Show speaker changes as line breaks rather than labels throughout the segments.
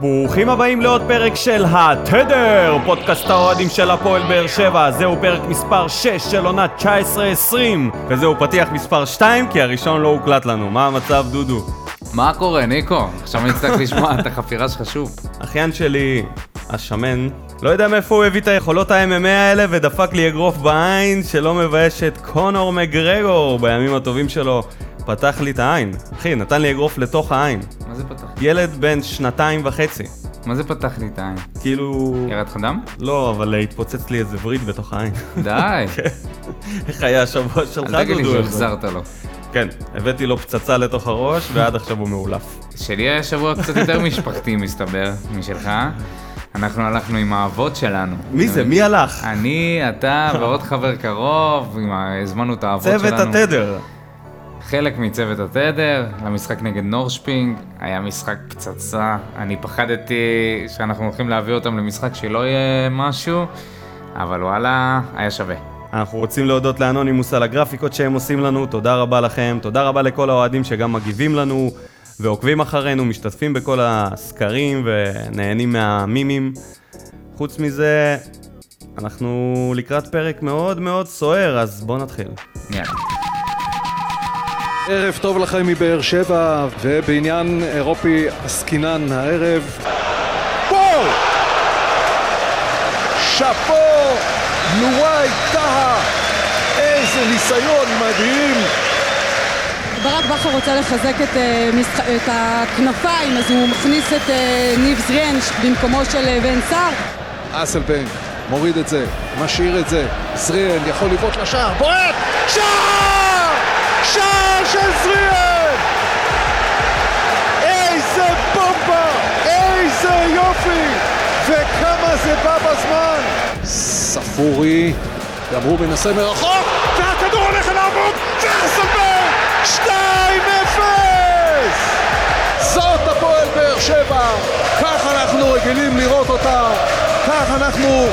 ברוכים הבאים לעוד פרק של התדר, פודקאסט האוהדים של הפועל באר שבע. זהו פרק מספר 6 של עונה 19-20, וזהו פתיח מספר 2, כי הראשון לא הוקלט לנו. מה המצב, דודו?
מה קורה, ניקו? עכשיו אני אצטרך לשמוע את החפירה שלך שוב.
אחיין שלי, השמן, לא יודע מאיפה הוא הביא את היכולות ה-MMA האלה ודפק לי אגרוף בעין שלא מבייש את קונור מגרגור בימים הטובים שלו. פתח לי את העין. אחי, נתן לי אגרוף לתוך העין.
מה זה פתח לי?
ילד בן שנתיים וחצי.
מה זה פתח לי את העין?
כאילו...
ירד לך דם?
לא, אבל אה, התפוצץ לי איזה וריד בתוך העין.
די.
איך היה השבוע שלך,
אל תגיד לי
דודו?
שהחזרת לו.
כן, הבאתי לו פצצה לתוך הראש, ועד עכשיו הוא מאולף.
שלי היה שבוע קצת יותר משפחתי, מסתבר, משלך. אנחנו הלכנו עם האבות שלנו.
מי זה? מי הלך?
אני, אתה ועוד חבר קרוב, עם ה- הזמנו את האבות שלנו.
צוות התדר.
חלק מצוות התדר, למשחק נגד נורשפינג, היה משחק פצצה, אני פחדתי שאנחנו הולכים להביא אותם למשחק שלא יהיה משהו, אבל וואלה, היה שווה.
אנחנו רוצים להודות לאנונימוס על הגרפיקות שהם עושים לנו, תודה רבה לכם, תודה רבה לכל האוהדים שגם מגיבים לנו ועוקבים אחרינו, משתתפים בכל הסקרים ונהנים מהמימים. חוץ מזה, אנחנו לקראת פרק מאוד מאוד סוער, אז בואו נתחיל.
יאללה.
ערב טוב לכם מבאר שבע, ובעניין אירופי עסקינן הערב. גול! שאפו! לואי טהא! איזה ניסיון מדהים!
ברק בכר רוצה לחזק את, אה, משח... את הכנפיים, אז הוא מכניס את אה, ניב זריאן במקומו של אה, בן סער.
אסלבנק מוריד את זה, משאיר את זה, זריאן יכול לבעוט לשער, בועט! שער! שער של זריאן! איזה בומבה! איזה יופי! וכמה זה בא בזמן! ספורי, גם הוא מנסה מרחוק, והכדור הולך אל העמוד, ואסלבנק! 2-0! זאת הפועל באר שבע, כך אנחנו רגילים לראות אותה, כך אנחנו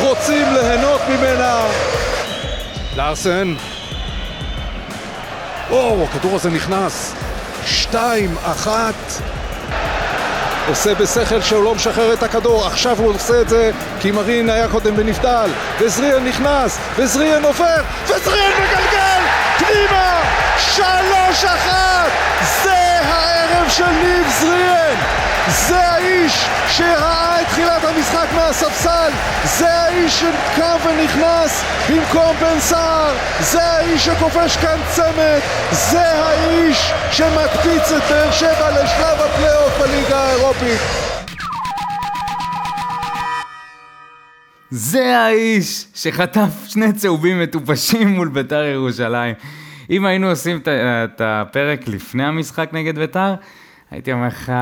רוצים ליהנות ממנה. לארסן. או, הכדור הזה נכנס. שתיים, אחת. עושה בשכל שהוא לא משחרר את הכדור, עכשיו הוא עושה את זה כי מרין היה קודם בנבדל, וזריאן נכנס, וזריאן עובר, וזריאן מגלגל, פנימה, שלוש אחת, זה הערב של ניב זריאן, זה האיש שראה את תחילת המשחק מהספסל, זה האיש שקם ונכנס במקום בן סער, זה האיש שכובש כאן צמד, זה האיש שמקפיץ את באר שבע לשלב הפלייאוף בליגה האירופית.
זה האיש שחטף שני צהובים מטופשים מול ביתר ירושלים. אם היינו עושים את ה- את הפרק לפני המשחק נגד ביתר, הייתי אומר לך,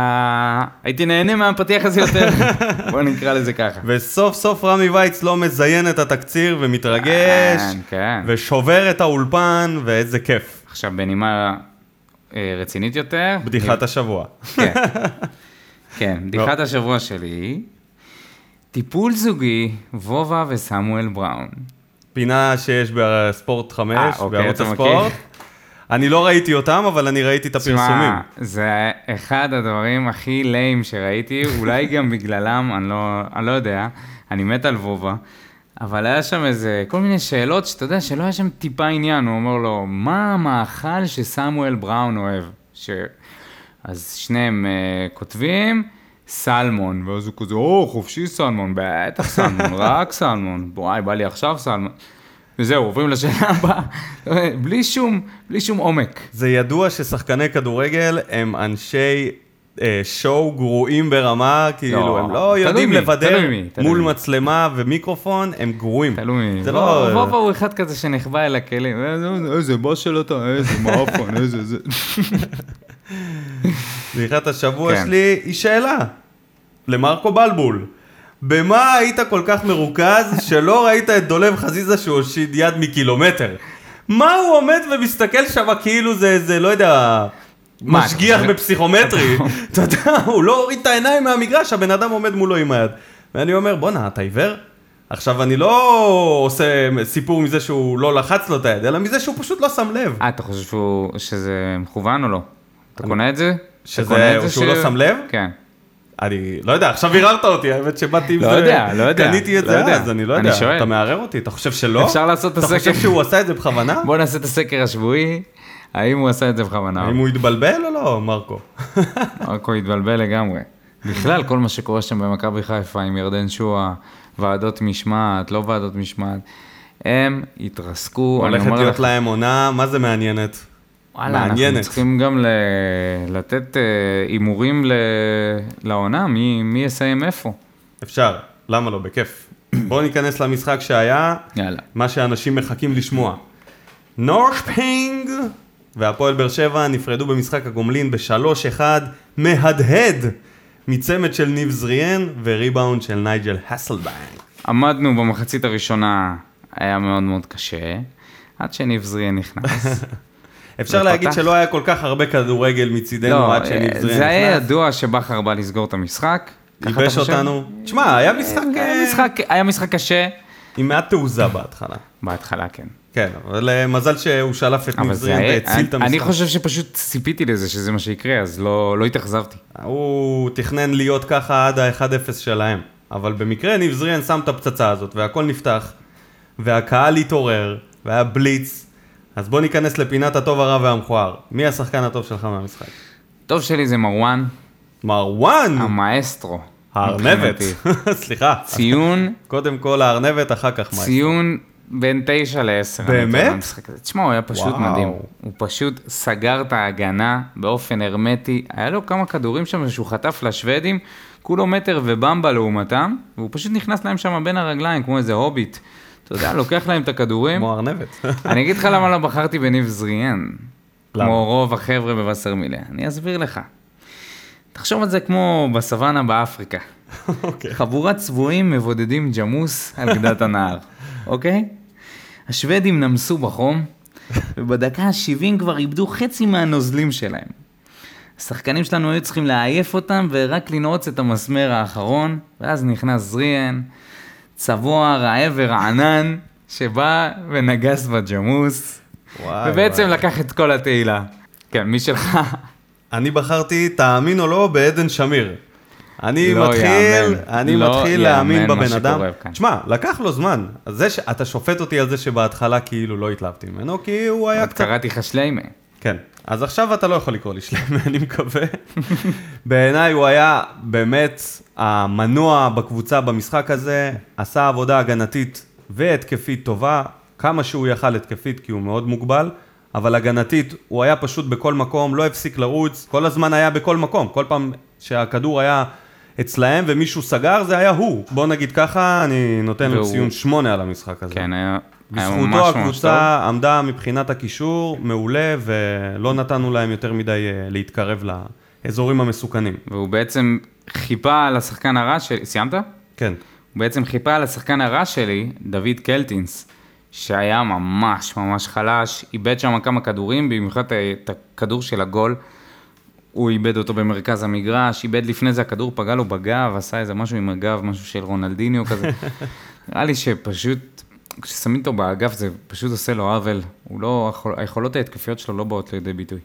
הייתי נהנה מהפתיח הזה יותר. בוא נקרא לזה ככה.
וסוף סוף רמי וייץ לא מזיין את התקציר ומתרגש,
כן, כן.
ושובר את האולפן, ואיזה כיף.
עכשיו בנימה אה, רצינית יותר.
בדיחת השבוע.
כן. כן, בדיחת השבוע שלי. טיפול זוגי, וובה וסמואל בראון.
פינה שיש בספורט 5,
אה, אוקיי,
בערוץ
אתה מכיר.
הספורט. אני לא ראיתי אותם, אבל אני ראיתי את הפרסומים.
תשמע, זה אחד הדברים הכי ליים שראיתי, אולי גם בגללם, אני לא, אני לא יודע, אני מת על וובה, אבל היה שם איזה, כל מיני שאלות שאתה יודע שלא היה שם טיפה עניין, הוא אומר לו, מה המאכל שסמואל בראון אוהב? ש... אז שניהם uh, כותבים, סלמון, ואז הוא כזה, או, חופשי סלמון, בטח סלמון, רק סלמון, וואי, בא לי עכשיו סלמון. וזהו, עוברים לשאלה הבאה, בלי שום, בלי שום עומק.
זה ידוע ששחקני כדורגל הם אנשי אה, שואו גרועים ברמה, כאילו,
לא,
הם לא
תלוי
יודעים
מי,
לבדר
תלוי מי, תלוי
מול
מי.
מצלמה ומיקרופון, הם גרועים.
תלוי.
זה
בוא-
לא...
בוא, בוא, הוא אחד כזה שנחבא אל הכלים. איזה- איזה בשל אתה, איזה מעפן, איזה זה.
בדיחת השבוע
כן.
שלי היא שאלה. למרקו בלבול. במה היית כל כך מרוכז שלא ראית את דולב חזיזה שהוא הושיט יד מקילומטר? מה הוא עומד ומסתכל שם כאילו זה איזה, לא יודע,
מה,
משגיח
אתה-
בפסיכומטרי? אתה יודע, הוא לא הוריד את העיניים מהמגרש, הבן אדם עומד מולו עם היד. ואני אומר, בואנה, אתה עיוור? עכשיו, אני לא עושה סיפור מזה שהוא לא לחץ לו את היד, אלא מזה שהוא פשוט לא שם לב.
אה, אתה חושב שהוא- שזה מכוון או לא? אתה קונה את זה? אתה
שזה-
קונה את זה
שהוא
ש-
לא שם לב?
כן.
אני לא יודע, עכשיו ערערת אותי, האמת שבאתי עם
לא
זה.
יודע, לא יודע,
קניתי את
לא
זה
יודע.
אז, אני לא
אני
יודע.
שואל.
אתה מערער אותי, אתה חושב שלא?
אפשר לעשות את
אתה
הסקר.
חושב שהוא עשה את זה בכוונה?
בואו נעשה את הסקר השבועי, האם הוא עשה את זה בכוונה.
האם הוא התבלבל או לא, מרקו?
מרקו התבלבל לגמרי. בכלל, כל מה שקורה שם במכבי חיפה עם ירדן שואה, ועדות משמעת, לא ועדות משמעת, הם התרסקו, אני
הולכת
אומר
להיות
לך,
להם עונה, מה זה מעניינת?
וואלה, אנחנו
מעניינת.
צריכים גם ל... לתת אה, הימורים ל... לעונה, מי... מי יסיים איפה.
אפשר, למה לא, בכיף. בואו ניכנס למשחק שהיה,
יאללה.
מה שאנשים מחכים לשמוע. נורשפינג והפועל באר שבע נפרדו במשחק הגומלין ב-3-1 מהדהד מצמד של ניב זריאן וריבאונד של נייג'ל הסלבנק.
עמדנו במחצית הראשונה, היה מאוד מאוד קשה, עד שניב זריאן נכנס.
אפשר
ופתח.
להגיד שלא היה כל כך הרבה כדורגל מצידנו עד שניב
אה,
זריאן
זה היה
נכנס,
ידוע שבכר בא לסגור את המשחק. ככה אתה
ייבש
חושב?
אותנו. תשמע, היה משחק
היה
אה,
משחק, היה משחק קשה.
עם מעט תעוזה בהתחלה.
בהתחלה כן.
כן, אבל אה, מזל שהוא שלף את ניב
אבל זה
זריאן
היה,
והציל את
אני- אני
המשחק.
חושב שפשוט ציפיתי לזה שזה מה שיקרה, אז לא לא התאכזבתי.
הוא תכנן להיות ככה עד ה-1-0 שלהם. אבל במקרה ניב זריאן שם את הפצצה הזאת, והכל נפתח, והקהל התעורר, והיה בליץ. אז בוא ניכנס לפינת הטוב, הרע והמכוער. מי השחקן הטוב שלך מהמשחק?
טוב שלי זה מרואן,
מרואן!
המאסטרו.
אה. הארנבת.
מבחינתי.
סליחה.
ציון,
קודם כל הארנבת, אחר כך מה.
ציון בין תשע לעשר. אני
באמת?
נותן למשחק הזה. תשמע, הוא היה פשוט
וואו.
מדהים. הוא פשוט סגר את ההגנה באופן הרמטי. היה לו כמה כדורים שם שהוא חטף לשוודים, כולו מטר ובמבה לעומתם, והוא פשוט נכנס להם שם בין הרגליים, כמו איזה הוביט. אתה יודע, לוקח להם את הכדורים.
כמו ארנבת.
אני אגיד לך למה לא בחרתי בניב זריאן.
למה?
כמו רוב החבר'ה בווסרמיליה. אני אסביר לך. תחשוב על זה כמו בסוואנה באפריקה.
אוקיי.
חבורת צבועים מבודדים ג'מוס על גדת הנהר, אוקיי? השוודים נמסו בחום, ובדקה ה-70 כבר איבדו חצי מהנוזלים שלהם. השחקנים שלנו היו צריכים לעייף אותם ורק לנעוץ את המסמר האחרון, ואז נכנס זריאן, צבוע, רעב ורענן, שבא ונגס בג'מוס,
וואי,
ובעצם
וואי.
לקח את כל התהילה. כן, מי שלך?
אני בחרתי, תאמין או לא, בעדן שמיר. אני
לא
מתחיל,
יאמן.
אני
לא
מתחיל
יאמן
להאמין
מה
בבן
שקורה
אדם.
כאן.
תשמע, לקח לו זמן. אז זה שאתה שופט אותי על זה שבהתחלה כאילו לא התלהבתי ממנו, כי הוא היה
עוד
קצת...
קראתי לך שליימה.
כן. אז עכשיו אתה לא יכול לקרוא לי שלם, אני מקווה. בעיניי הוא היה באמת המנוע בקבוצה במשחק הזה, עשה עבודה הגנתית והתקפית טובה, כמה שהוא יכל התקפית כי הוא מאוד מוגבל, אבל הגנתית הוא היה פשוט בכל מקום, לא הפסיק לרוץ, כל הזמן היה בכל מקום, כל פעם שהכדור היה אצלהם ומישהו סגר זה היה הוא. בוא נגיד ככה, אני נותן לו
והוא-
ציון שמונה על המשחק הזה.
כן, היה היה ממש ממש
בזכותו
טוב.
הקבוצה עמדה מבחינת הקישור מעולה, ולא נתנו להם יותר מדי אה, להתקרב לאזורים המסוכנים.
והוא בעצם חיפה על השחקן הרע שלי, סיימת? הוא
כן.
בעצם חיפה על השחקן הרע שלי, דוד קלטינס, שהיה ממש ממש חלש, איבד שם כמה כדורים, במיוחד את ה- את הכדור של הגול. הוא איבד אותו במרכז המגרש, איבד לפני זה הכדור, פגע לו בגב, עשה איזה משהו עם הגב, משהו של רונלדיניו כזה. נראה לי שפשוט, כששמים אותו באגף זה פשוט עושה לו עוול. הוא לא, היכול- היכולות ההתקפיות שלו לא באות לידי ביטוי.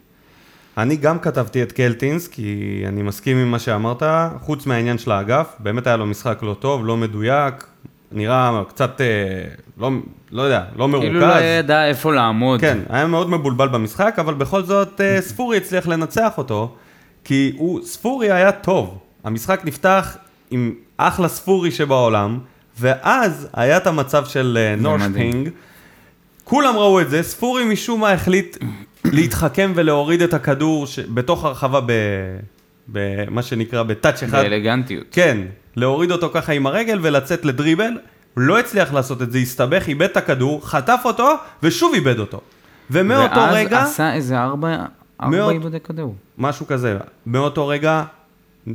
אני גם כתבתי את קלטינס, כי אני מסכים עם מה שאמרת, חוץ מהעניין של האגף, באמת היה לו משחק לא טוב, לא מדויק, נראה קצת, אה, לא, לא יודע, לא מרוכז.
כאילו לא ידע איפה לעמוד.
כן, היה מאוד מבולבל במשחק, אבל בכל זאת אה, ספורי הצליח לנצח אותו, כי הוא, ספורי היה טוב. המשחק נפתח עם אחלה ספורי שבעולם, ואז היה את המצב של אה, נורשפינג. כולם ראו את זה, ספורי משום מה החליט להתחכם ולהוריד את הכדור ש... בתוך הרחבה ב... במה שנקרא בטאץ' אחד.
באלגנטיות.
כן, להוריד אותו ככה עם הרגל ולצאת לדריבל, הוא לא הצליח לעשות את זה, הסתבך, איבד את הכדור, חטף אותו, ושוב איבד אותו. ומאותו רגע,
ואז עשה איזה ארבע, ארבע
מאות-
איבודי כדור.
משהו כזה, מאותו רגע,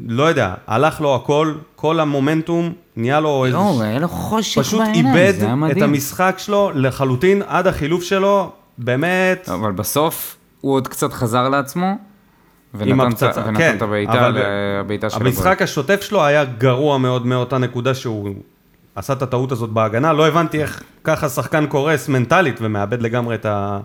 לא יודע, הלך לו הכל, כל המומנטום, נהיה לו איזה...
לא, היה לו חושך
פשוט
בעיניים,
איבד
זה היה
את
מדהים.
המשחק שלו לחלוטין, עד החילוף שלו, באמת,
אבל בסוף, הוא עוד קצת חזר לעצמו,
עם
ונתן את-
הפצצה,
ונתן
כן.
את הבעיטה
אבל ב-
ל- הבעיטה של הגול.
המשחק השוטף שלו היה גרוע מאוד מאותה נקודה שהוא עשה את הטעות הזאת בהגנה. לא הבנתי איך ככה שחקן קורס מנטלית ומאבד לגמרי את, ה...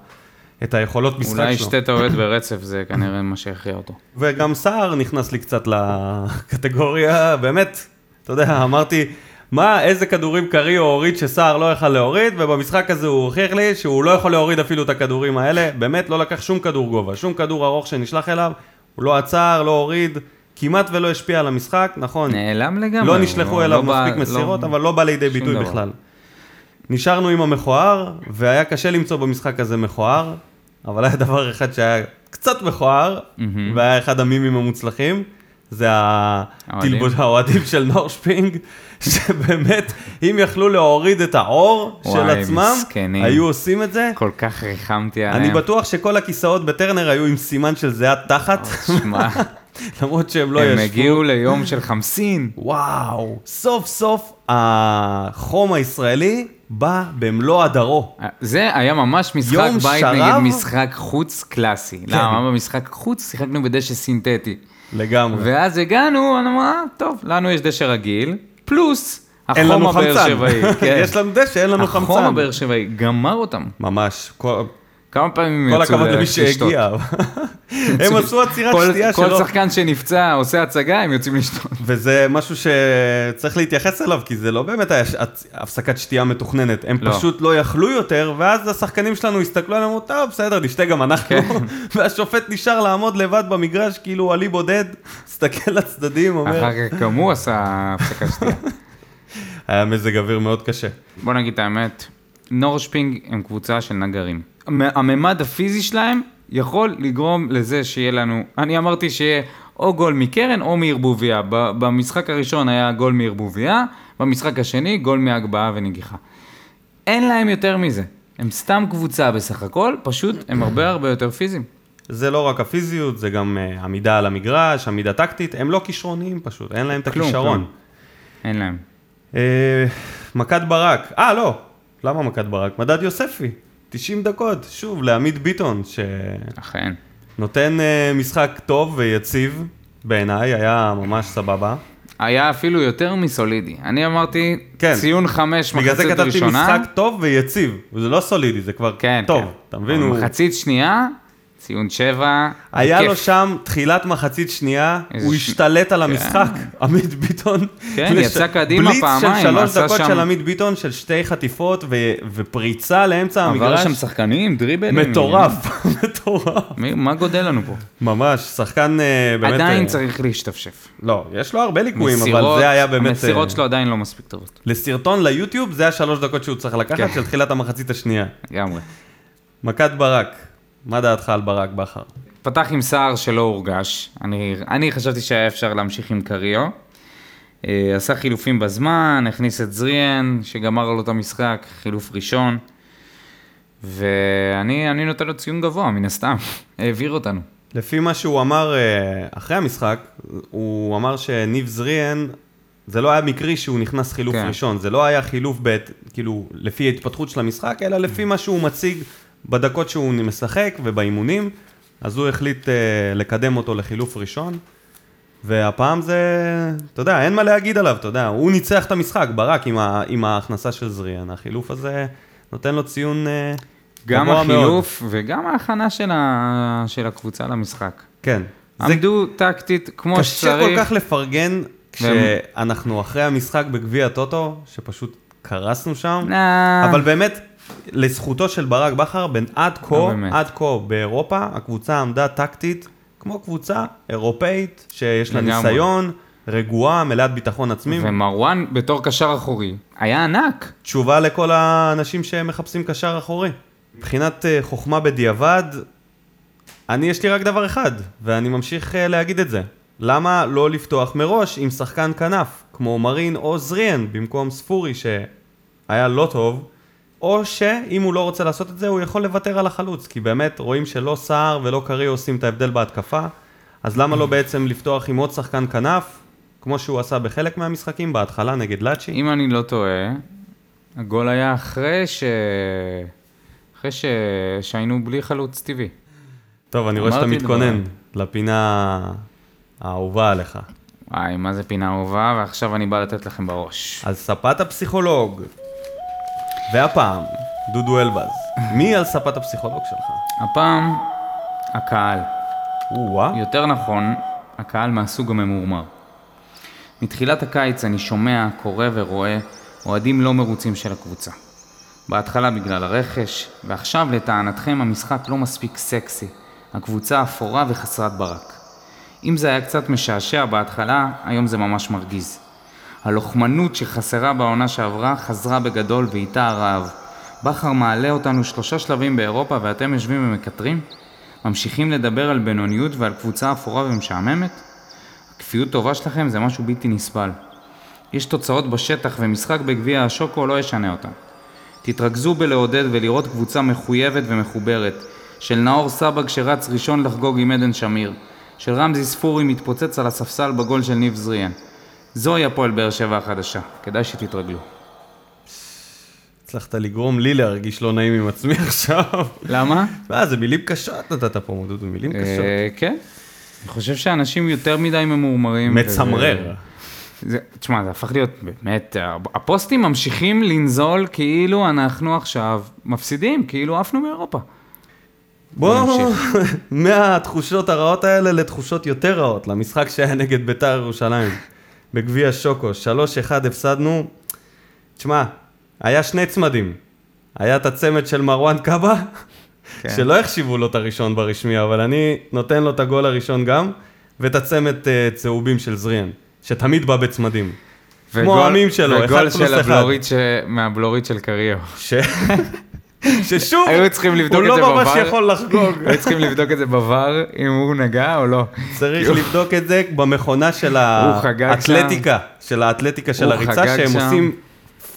את היכולות משחק שלו.
אולי שתי טעויות ברצף זה כנראה מה שהכריע אותו.
וגם סער נכנס לי קצת לקטגוריה, באמת, אתה יודע, אמרתי, מה, איזה כדורים קריו הוריד שסער לא יכל להוריד, ובמשחק הזה הוא הוכיח לי שהוא לא יכול להוריד אפילו את הכדורים האלה, באמת לא לקח שום כדור גובה, שום כדור ארוך שנשלח אליו, הוא לא עצר, לא הוריד, כמעט ולא השפיע על המשחק, נכון,
נעלם לגמרי.
לא
הוא
נשלחו אליו
בא-
מספיק מסירות, אבל לא בא לידי
שום
ביטוי
דבר.
בכלל. נשארנו עם המכוער, והיה קשה למצוא במשחק הזה מכוער, אבל היה דבר אחד שהיה קצת מכוער, והיה אחד המימים המוצלחים, זה התלבוש האוהדים של נורשפינג, שבאמת, אם יכלו להוריד את העור של
וואי,
עצמם,
מסכנים.
היו עושים את זה.
כל כך ריחמתי עליהם.
אני בטוח שכל הכיסאות בטרנר היו עם סימן של זיעת תחת,
שמע,
למרות שהם לא
הם
ישבו.
הגיעו ליום של חמסין.
וואו, סוף סוף החום הישראלי בא במלוא הדרו.
זה היה ממש משחק
יום
בית
שרב? כן.
נגד משחק חוץ קלאסי. למה? במשחק חוץ שיחקנו בדשא סינתטי.
לגמרי.
ואז הגענו, אמרנו, "אה, טוב, לנו יש דשא רגיל, פלוס
אין
החום
לנו
הבאר
חמצן.
שבעי. כן.
יש לנו דשא, אין לנו
החום
חמצן.
הבאר שבעי גמר אותם.
ממש, כל
כמה פעמים
כל
יצאו
הכבוד למי
לשתות?
שהגיע. הם עשו עצירת
כל-
שתייה
כל
שלא...
שחקן שנפצע עושה הצגה, הם יוצאים לשתות.
וזה משהו שצריך להתייחס אליו, כי זה לא באמת היה ש- הצ- הפסקת שתייה מתוכננת. הם
לא.
פשוט לא יכלו יותר, ואז השחקנים שלנו הסתכלו עליהם, אמרו, טוב, בסדר, נשתה גם אנחנו.
כן.
והשופט נשאר לעמוד לבד במגרש, כאילו עלי בודד, מסתכל לצדדים, אומר,
אחר כך גם הוא עשה הפסקה שתייה.
היה מזג אוויר מאוד קשה.
בוא נגיד את האמת, נורשפינג הם קבוצה של נגרים. המ- הממד הפיזי שלהם יכול לגרום לזה שיהיה לנו, אני אמרתי שיהיה או גול מקרן או מערבוביה. ב- במשחק הראשון היה גול מערבוביה, במשחק השני גול מהגבהה ונגיחה. אין להם יותר מזה. הם סתם קבוצה בסך הכל, פשוט הם הרבה הרבה יותר פיזיים.
זה לא רק הפיזיות, זה גם אה, עמידה על המגרש, עמידה טקטית, הם לא כישרוניים פשוט, אין להם את
כלום,
הכישרון.
כלום. אין להם.
אה, מכת ברק, אה לא, למה מכת ברק? מדד יוספי, 90 דקות, שוב לעמית ביטון,
אכן.
שנותן אה, משחק טוב ויציב, בעיניי, היה ממש סבבה.
היה אפילו יותר מסולידי. אני אמרתי,
כן.
ציון חמש מחצית
בגלל
ראשונה.
זה כתבתי משחק טוב ויציב, וזה לא סולידי, זה כבר
כן,
טוב,
כן.
אתה מבין? הוא-
מחצית שנייה, ציון שבע.
היה
כיף.
לו שם תחילת מחצית שנייה,
איזה
הוא
ש-
השתלט על המשחק, עמית ביטון.
כן, יצא קדימה
בליץ
פעמיים,
של שלוש
עשה
דקות
שם-
של עמית ביטון, של שתי חטיפות ו- ופריצה לאמצע
עבר
המגרש.
שם שחקנים, דריבלים.
מטורף, מטורף.
מי- מה גודל לנו פה?
ממש, שחקן אה, באמת...
עדיין
אה,
צריך להשתפשף.
לא, יש לו הרבה ליקויים, אבל
מסירות,
זה היה באמת...
המסירות
אה,
שלו עדיין לא מספיק טובות.
לסרטון ליוטיוב, זה השלוש דקות שהוא צריך לקחת
כן.
של תחילת המחצית השנייה.
לגמרי.
מכת ברק, מה דעתך על ברק בכר?
פתח עם סער שלא הורגש. אני, אני חשבתי שהיה אפשר להמשיך עם קריו. אה, עשה חילופים בזמן, הכניס את זריאן, שגמר לו את המשחק, חילוף ראשון. ואני אני נותן לו ציון גבוה, מן הסתם. העביר אותנו.
לפי מה שהוא אמר אה, אחרי המשחק, הוא אמר שניב זריאן, זה לא היה מקרי שהוא נכנס חילוף
כן.
כן. ראשון, זה לא היה חילוף בעת, כאילו, לפי ההתפתחות של המשחק, אלא לפי מה שהוא מציג בדקות שהוא משחק ובאימונים, אז הוא החליט אה, לקדם אותו לחילוף ראשון, והפעם זה, אתה יודע, אין מה להגיד עליו, אתה יודע, הוא ניצח את המשחק, ברק, עם, ה, עם ההכנסה של זריאן, החילוף הזה נותן לו ציון אה,
גם
גבוה מאוד.
החילוף וגם ההכנה של, ה... של הקבוצה למשחק.
כן. זה
עמדו טקטית כמו
קשה כל
שצריך.
כך לפרגן כשאנחנו אחרי המשחק בגביע הטוטו, שפשוט קרסנו שם,
נה.
אבל באמת, לזכותו של ברק בכר, בין עד כה,
לא, באמת.
עד כה באירופה, הקבוצה עמדה טקטית כמו קבוצה אירופאית, שיש לה
לגמרי.
ניסיון, רגועה, מלאת ביטחון עצמי.
ומרואן בתור קשר אחורי, היה ענק.
תשובה לכל האנשים שמחפשים קשר אחורי. מבחינת אה, חוכמה בדיעבד, אני יש לי רק דבר אחד, ואני ממשיך אה, להגיד את זה. למה לא לפתוח מראש עם שחקן כנף, כמו מרין או זריאן, במקום ספורי שהיה לא טוב, או שאם הוא לא רוצה לעשות את זה, הוא יכול לוותר על החלוץ, כי באמת רואים שלא סער ולא קריא עושים את ההבדל בהתקפה, אז למה לא בעצם לפתוח עם עוד שחקן כנף, כמו שהוא עשה בחלק מהמשחקים, בהתחלה נגד לאצ'י?
אם אני לא טועה, הגול היה אחרי ש... אחרי ש... שהיינו בלי חלוץ טבעי.
טוב, אני רואה שאתה
אמרתי
מתכונן לפינה האהובה עליך.
וואי, מה זה פינה אהובה, ועכשיו אני בא לתת לכם בראש.
על ספת הפסיכולוג. והפעם, דודו אלבז. מי על ספת הפסיכולוג שלך?
הפעם, הקהל.
או-אה.
יותר נכון, הקהל מהסוג הממורמר. מתחילת הקיץ אני שומע, קורא ורואה אוהדים לא מרוצים של הקבוצה. בהתחלה בגלל הרכש, ועכשיו לטענתכם המשחק לא מספיק סקסי. הקבוצה אפורה וחסרת ברק. אם זה היה קצת משעשע בהתחלה, היום זה ממש מרגיז. הלוחמנות שחסרה בעונה שעברה חזרה בגדול ואיתה הרעב. בכר מעלה אותנו שלושה שלבים באירופה ואתם יושבים ומקטרים? ממשיכים לדבר על בינוניות ועל קבוצה אפורה ומשעממת? כפיות טובה שלכם זה משהו בלתי נסבל. יש תוצאות בשטח ומשחק בגביע השוקו לא ישנה אותן. תתרכזו בלעודד ולראות קבוצה מחויבת ומחוברת, של נאור סבג שרץ ראשון לחגוג עם עדן שמיר, של רמזי ספורי מתפוצץ על הספסל בגול של ניב זריאן. זוהי הפועל באר שבע החדשה, כדאי שתתרגלו.
הצלחת לגרום לי להרגיש לא נעים עם עצמי עכשיו.
למה?
מה, זה מילים קשות נתת פה, דודו, מילים קשות.
אה, כן. אני חושב שאנשים יותר מדי ממורמרים. אה,
מצמרר.
זה, תשמע, זה הפך להיות באמת, אה, הפוסטים ממשיכים לנזול כאילו אנחנו עכשיו מפסידים, כאילו עפנו מאירופה.
בואו,
נמשיך.
מהתחושות הרעות האלה לתחושות יותר רעות, למשחק שהיה נגד ביתר ירושלים, בגביע שוקו, 3-1 הפסדנו. תשמע, היה שני צמדים. היה את הצמד של מרואן קאבה,
כן.
שלא החשיבו לו את הראשון ברשמי, אבל אני נותן לו את הגול הראשון גם, ואת הצמד אה, צהובים של זריאן, שתמיד בא בצמדים. כמו העמים שלו, אחד
וגול
פלוס
של
אחד.
הבלורית, ש... מהבלורית של קריו.
ש... ששוב,
היו צריכים לבדוק את זה
הוא לא ממש
בVAR.
יכול לחגוג.
היו צריכים לבדוק את זה בVAR, אם הוא נגע או לא.
צריך לבדוק את זה במכונה של
הוא חגג
האתלטיקה, של האתלטיקה של
הוא
הריצה,
חגג
שהם
שם.
עושים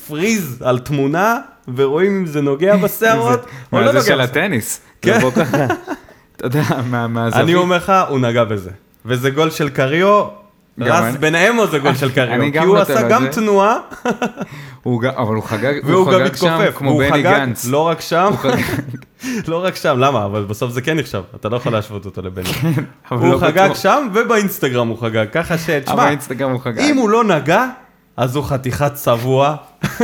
פריז על תמונה, ורואים אם זה נוגע בשערות, או לא
מה
נוגע
זה של
בשערות.
הטניס.
כן.
לבוא ככה. אתה יודע, מה- מהזווית.
אני אומר לך, הוא נגע בזה. וזה גול של קריו,
גם
רס
אני-
ביניהם או זה גול של
אני
קריו? כי
גם
הוא
נותן
עשה
לו
גם
את זה.
תנועה,
הוא גם- אבל הוא חגג,
והוא
הוא
גם
חגג שם
התכופף.
כמו
והוא
בני
חגג,
גנץ.
לא רק שם,
הוא חגג-
לא רק שם, למה? אבל בסוף זה כן נחשב, אתה לא יכול להשוות אותו לבני.
אבל
הוא
לא
חגג
בטוח.
שם ובאינסטגרם הוא חגג, ככה ש...
אבל
תשמע,
באינסטגרם הוא חגג.
אם הוא לא נגע, אז הוא חתיכת צבוע.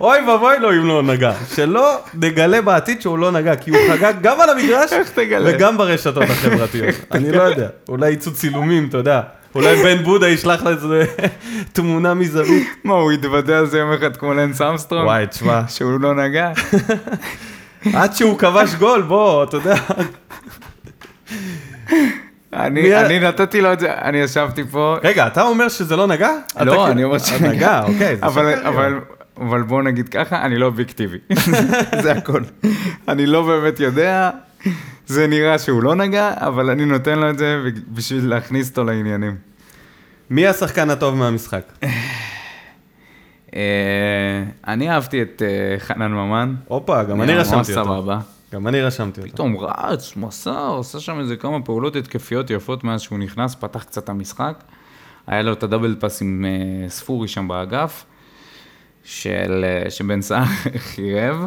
אוי ואבוי לו אם לא נגע. שלא נגלה בעתיד שהוא לא נגע, כי הוא חגג גם על המגרש
איך תגלה?
וגם ברשתות החברתיות. אני לא יודע, אולי יצאו צילומים, אתה יודע. אולי בן בודה ישלח לו איזה תמונה מזווית.
מה, הוא התוודע על זה יום אחד כמו לנס אמסטרום?
וואי, תשמע,
שהוא לא נגע?
עד שהוא כבש גול, בוא, אתה יודע. מי
אני
ה-
אני נתתי לו את זה, אני ישבתי פה.
רגע, אתה אומר שזה לא נגע? אתה
לא,
כן-
אני אומר ש...
נגע, אוקיי. זה
אבל-
שקר.
אבל... אבל בואו נגיד ככה, אני לא אובייקטיבי, זה הכל. אני לא באמת יודע, זה נראה שהוא לא נגע, אבל אני נותן לו את זה בשביל להכניס אותו לעניינים.
מי השחקן הטוב מהמשחק?
אה, אני אהבתי את אה, חנן ממן.
הופה, גם אני
נראה
רשמתי
ממש
אותו.
אה, סבבה.
גם אני רשמתי אותו.
פתאום רץ, מסר, עושה שם איזה כמה פעולות התקפיות יפות מאז שהוא נכנס, פתח קצת את המשחק. היה לו את הדאבל פאס עם אה, ספורי שם באגף, של, אה, שבן סער חירב,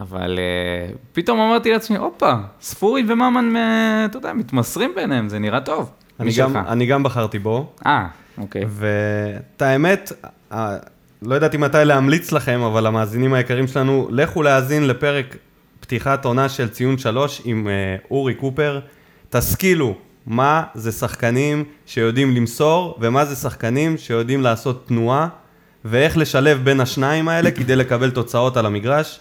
אבל אה, פתאום אמרתי לעצמי, הופה, ספורי וממן, אה, אתה יודע, מתמסרים ביניהם, זה נראה טוב.
אני
מי
גם,
שלך?
אני גם בחרתי בו,
אה, אוקיי.
ואת האמת, אה, לא ידעתי מתי להמליץ לכם, אבל המאזינים היקרים שלנו, לכו להאזין לפרק פתיחת עונה של ציון שלוש עם אה, אורי קופר. תשכילו מה זה שחקנים שיודעים למסור, ומה זה שחקנים שיודעים לעשות תנועה, ואיך לשלב בין השניים האלה כדי לקבל תוצאות על המגרש.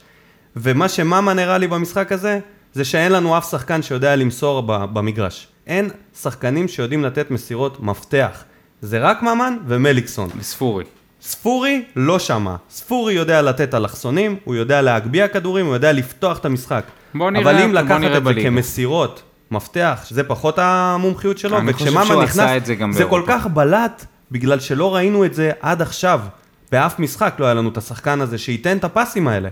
ומה שממה נראה לי במשחק הזה, זה שאין לנו אף שחקן שיודע למסור ב- במגרש. אין שחקנים שיודעים לתת מסירות מפתח. זה רק ממן ומליקסון.
ספורי.
ספורי לא שמע. ספורי יודע לתת אלכסונים, הוא יודע להגביה כדורים, הוא יודע לפתוח את המשחק.
בוא נראה-
אבל אם
בוא
לקחת
נראה
את זה
בליגה.
כמסירות, מפתח, זה פחות המומחיות שלו,
אני חושב
וכשממן
שהוא
נכנס,
עשה את זה גם
זה כל
באירופה.
כך בלט, בגלל שלא ראינו את זה עד עכשיו. באף משחק לא היה לנו את השחקן הזה שייתן את הפסים האלה.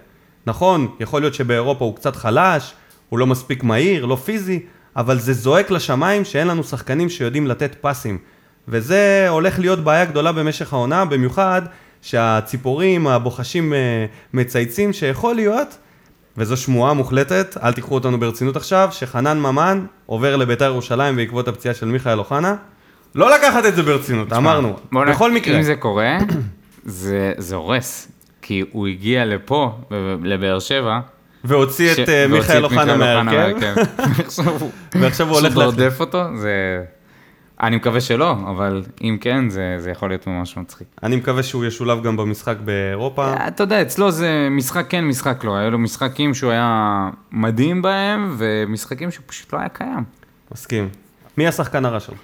נכון, יכול להיות שבאירופה הוא קצת חלש, הוא לא מספיק מהיר, לא פיזי, אבל זה זועק לשמיים שאין לנו שחקנים שיודעים לתת פסים. וזה הולך להיות בעיה גדולה במשך העונה, במיוחד שהציפורים, הבוחשים אה, מצייצים, שיכול להיות, וזו שמועה מוחלטת, אל תיקחו אותנו ברצינות עכשיו, שחנן ממן עובר לביתר ירושלים בעקבות הפציעה של מיכאל אוחנה. לא לקחת את זה ברצינות, אמרנו.
אה, בוא נ-
בכל מקרה,
אם זה קורה, זה, זה הורס. כי הוא הגיע לפה, ב- ב- לבאר שבע,
והוציא את
ש-
אה,
והוציא
מיכאל
את
אוחנה מההרכב,
עכשיו הוא-
ועכשיו הוא
פשוט
הולך
לא
להחליף.
עודף אותו, זה... אני מקווה שלא, אבל אם כן, זה זה יכול להיות ממש מצחיק. אה,
אני מקווה שהוא ישולב גם במשחק באירופה.
אתה יודע, אצלו זה משחק כן, משחק לא. היו לו משחקים שהוא היה מדהים בהם, ומשחקים שהוא פשוט לא היה קיים.
מסכים. מי השחקן הרע שלך?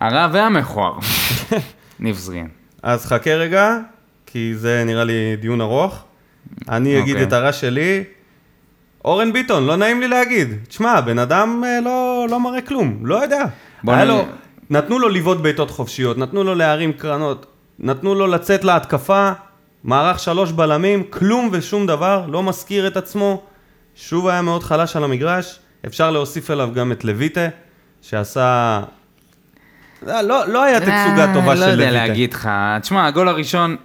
הרע והמכוער. ניב זריאן.
אז חכה רגע, כי זה נראה לי דיון ארוך. אני אגיד
אוקיי.
את הרע שלי. אורן ביטון, לא נעים לי להגיד. תשמע, בן אדם אה, לא, לא מראה כלום, לא יודע.
בוא
היה
נ-
לו, נתנו לו לבעוט בעיטות חופשיות, נתנו לו להרים קרנות, נתנו לו לצאת להתקפה, מערך שלוש בלמים, כלום ושום דבר, לא מזכיר את עצמו. שוב היה מאוד חלש על המגרש, אפשר להוסיף אליו גם את לויטה, שעשה... לא, לא- לא היה תצוגה
אה,
טובה של לויטה.
לא יודע להגיד לך. תשמע, הגול הראשון,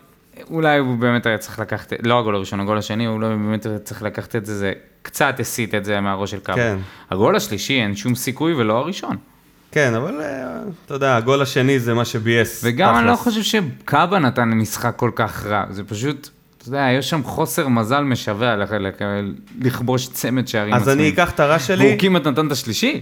אולי הוא באמת היה צריך לקחת, לא הגול הראשון, הגול השני, הוא לא באמת היה צריך לקחת את זה, זה קצת הסיט את זה מהראש של קאבה.
כן.
הגול השלישי, אין שום סיכוי ולא הראשון.
כן, אבל אה, אתה יודע, הגול השני זה מה שביאס.
וגם אני
תכלס.
לא חושב שקאבה נתן משחק כל כך רע, זה פשוט, אתה יודע, יש שם חוסר מזל משווע לח- לק- לכבוש צמד שערים
אז אני אקח את הרע שלי.
והוא כאילו- כמעט נתן את השלישי.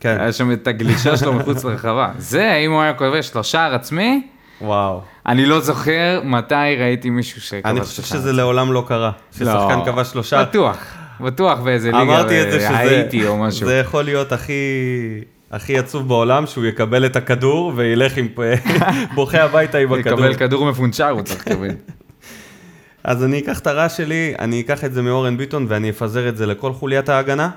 כן,
היה שם את הגלישה שלו מחוץ לרחבה. זה, אם הוא היה כובש לו שער עצמי,
וואו.
אני לא זוכר מתי ראיתי מישהו שכבש
אני
לו
חושב
שער.
שזה לעולם לא קרה. ששחקן כבש שלושה.
בטוח, בטוח באיזה ליגה.
אמרתי את זה שזה...
הייתי או משהו.
זה יכול להיות הכי... הכי עצוב בעולם שהוא יקבל את הכדור וילך עם פ- בוכה הביתה עם הכדור.
לקבל כדור מפונצ'ר הוא צריך לקבל.
אז אני אקח את הרע שלי, אני אקח את זה מאורן ביטון ואני אפזר את זה לכל חוליית ההגנה.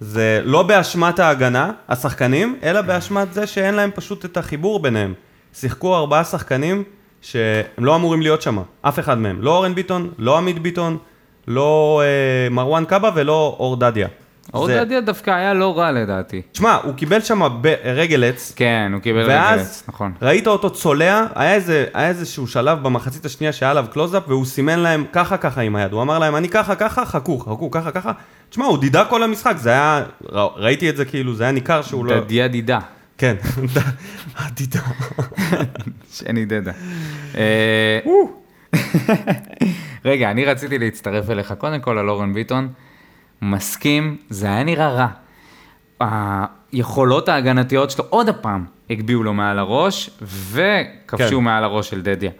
זה לא באשמת ההגנה, השחקנים, אלא
כן.
באשמת זה שאין להם פשוט את החיבור ביניהם. שיחקו ארבעה שחקנים שהם לא אמורים להיות שם, אף אחד מהם. לא אורן ביטון, לא עמית ביטון, לא אה, מרואן קאבה ולא אור דדיה.
אור
זה-
דדיה דווקא היה לא רע לדעתי.
תשמע, הוא קיבל שם ב- רגל עץ,
כן, הוא קיבל
ואז
רגלץ, נכון.
ראית אותו צולע, היה, איזה, היה איזשהו שלב במחצית השנייה שהיה עליו קלוזאפ, והוא סימן להם ככה ככה עם היד. הוא אמר להם, אני ככה ככה, חכו, חכו, ככה ככה. תשמע, הוא דידה כל המשחק, זה היה, ר- ראיתי את זה כאילו, זה היה ניכר שהוא לא...
דדיה דידה.
כן, הדידה.
שני דדה. אה, רגע, אני רציתי להצטרף אליך, קודם כל על אורן ביטון. מסכים, זה היה נראה רע. היכולות ההגנתיות שלו, עוד הפעם, הגביהו לו מעל הראש, וכבשו
כן.
מעל הראש של דדיה.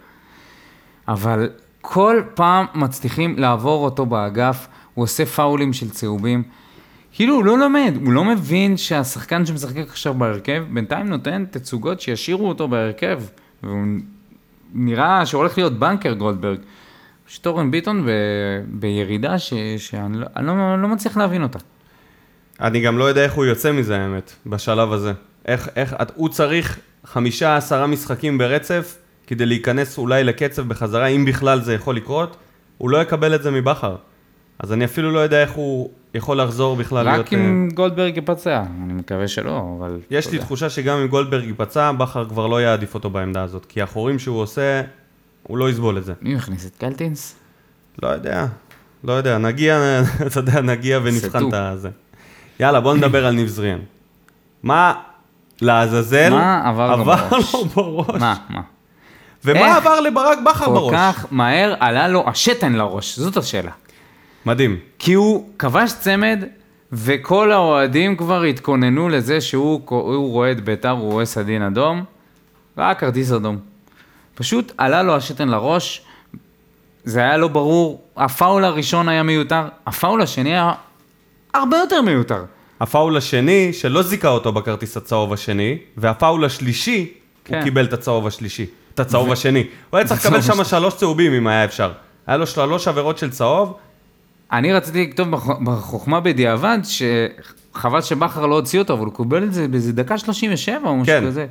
אבל כל פעם מצליחים לעבור אותו באגף, הוא עושה פאולים של צהובים. כאילו, הוא לא לומד, הוא לא מבין שהשחקן שמשחק עכשיו בהרכב, בינתיים נותן תצוגות שישאירו אותו בהרכב. והוא נראה שהולך להיות בנקר גולדברג. פשוט אורן ביטון ב... בירידה ש... שאני לא... אני לא... לא מצליח להבין אותה.
אני גם לא יודע איך הוא יוצא מזה, האמת, בשלב הזה. איך, איך, את- הוא צריך חמישה, עשרה משחקים ברצף, כדי להיכנס אולי לקצב בחזרה, אם בכלל זה יכול לקרות, הוא לא יקבל את זה מבכר. אז אני אפילו לא יודע איך הוא יכול לחזור בכלל להיות... אה,
רק אם גולדברג יפצע, אני מקווה שלא, אבל...
יש
אתה
לי
יודע.
תחושה שגם אם גולדברג ייפצע, בכר כבר לא יעדיף אותו בעמדה הזאת, כי החורים שהוא עושה, הוא לא יסבול את זה.
מי הכניס את קלטינס?
לא יודע, לא יודע, נגיע, אתה יודע, נגיע ונבחן
סתום.
את הזה. יאללה, בוא נדבר על ניב זריאן. מה לעזאזל
מה עבר לו בראש?
לו בראש?
מה? מה?
ומה
איך?
עבר לברק בכר
כל
לא, בראש?
כך מהר עלה לו השתן לראש, זאת השאלה.
מדהים.
כי הוא כבש צמד, וכל האוהדים כבר התכוננו לזה שהוא הוא רואה את ביתר, הוא רואה סדין אדום, ראה כרטיס אדום. פשוט עלה לו השתן לראש, זה היה לא ברור, הפאול הראשון היה מיותר, הפאול השני היה הרבה יותר מיותר.
הפאול השני, שלא זיכה אותו בכרטיס הצהוב השני, והפאול השלישי, הוא
כן.
קיבל את הצהוב השלישי, את הצהוב השני. הוא היה צריך לקבל
הצהוב
שם שלוש צהובים אם היה אפשר. היה לו שלוש עבירות של צהוב,
אני רציתי לכתוב בח- בחוכמה בדיעבד, שחבל שבכר לא הוציא אותו, אבל הוא קיבל את זה באיזה דקה 37 או משהו
כן.
כזה.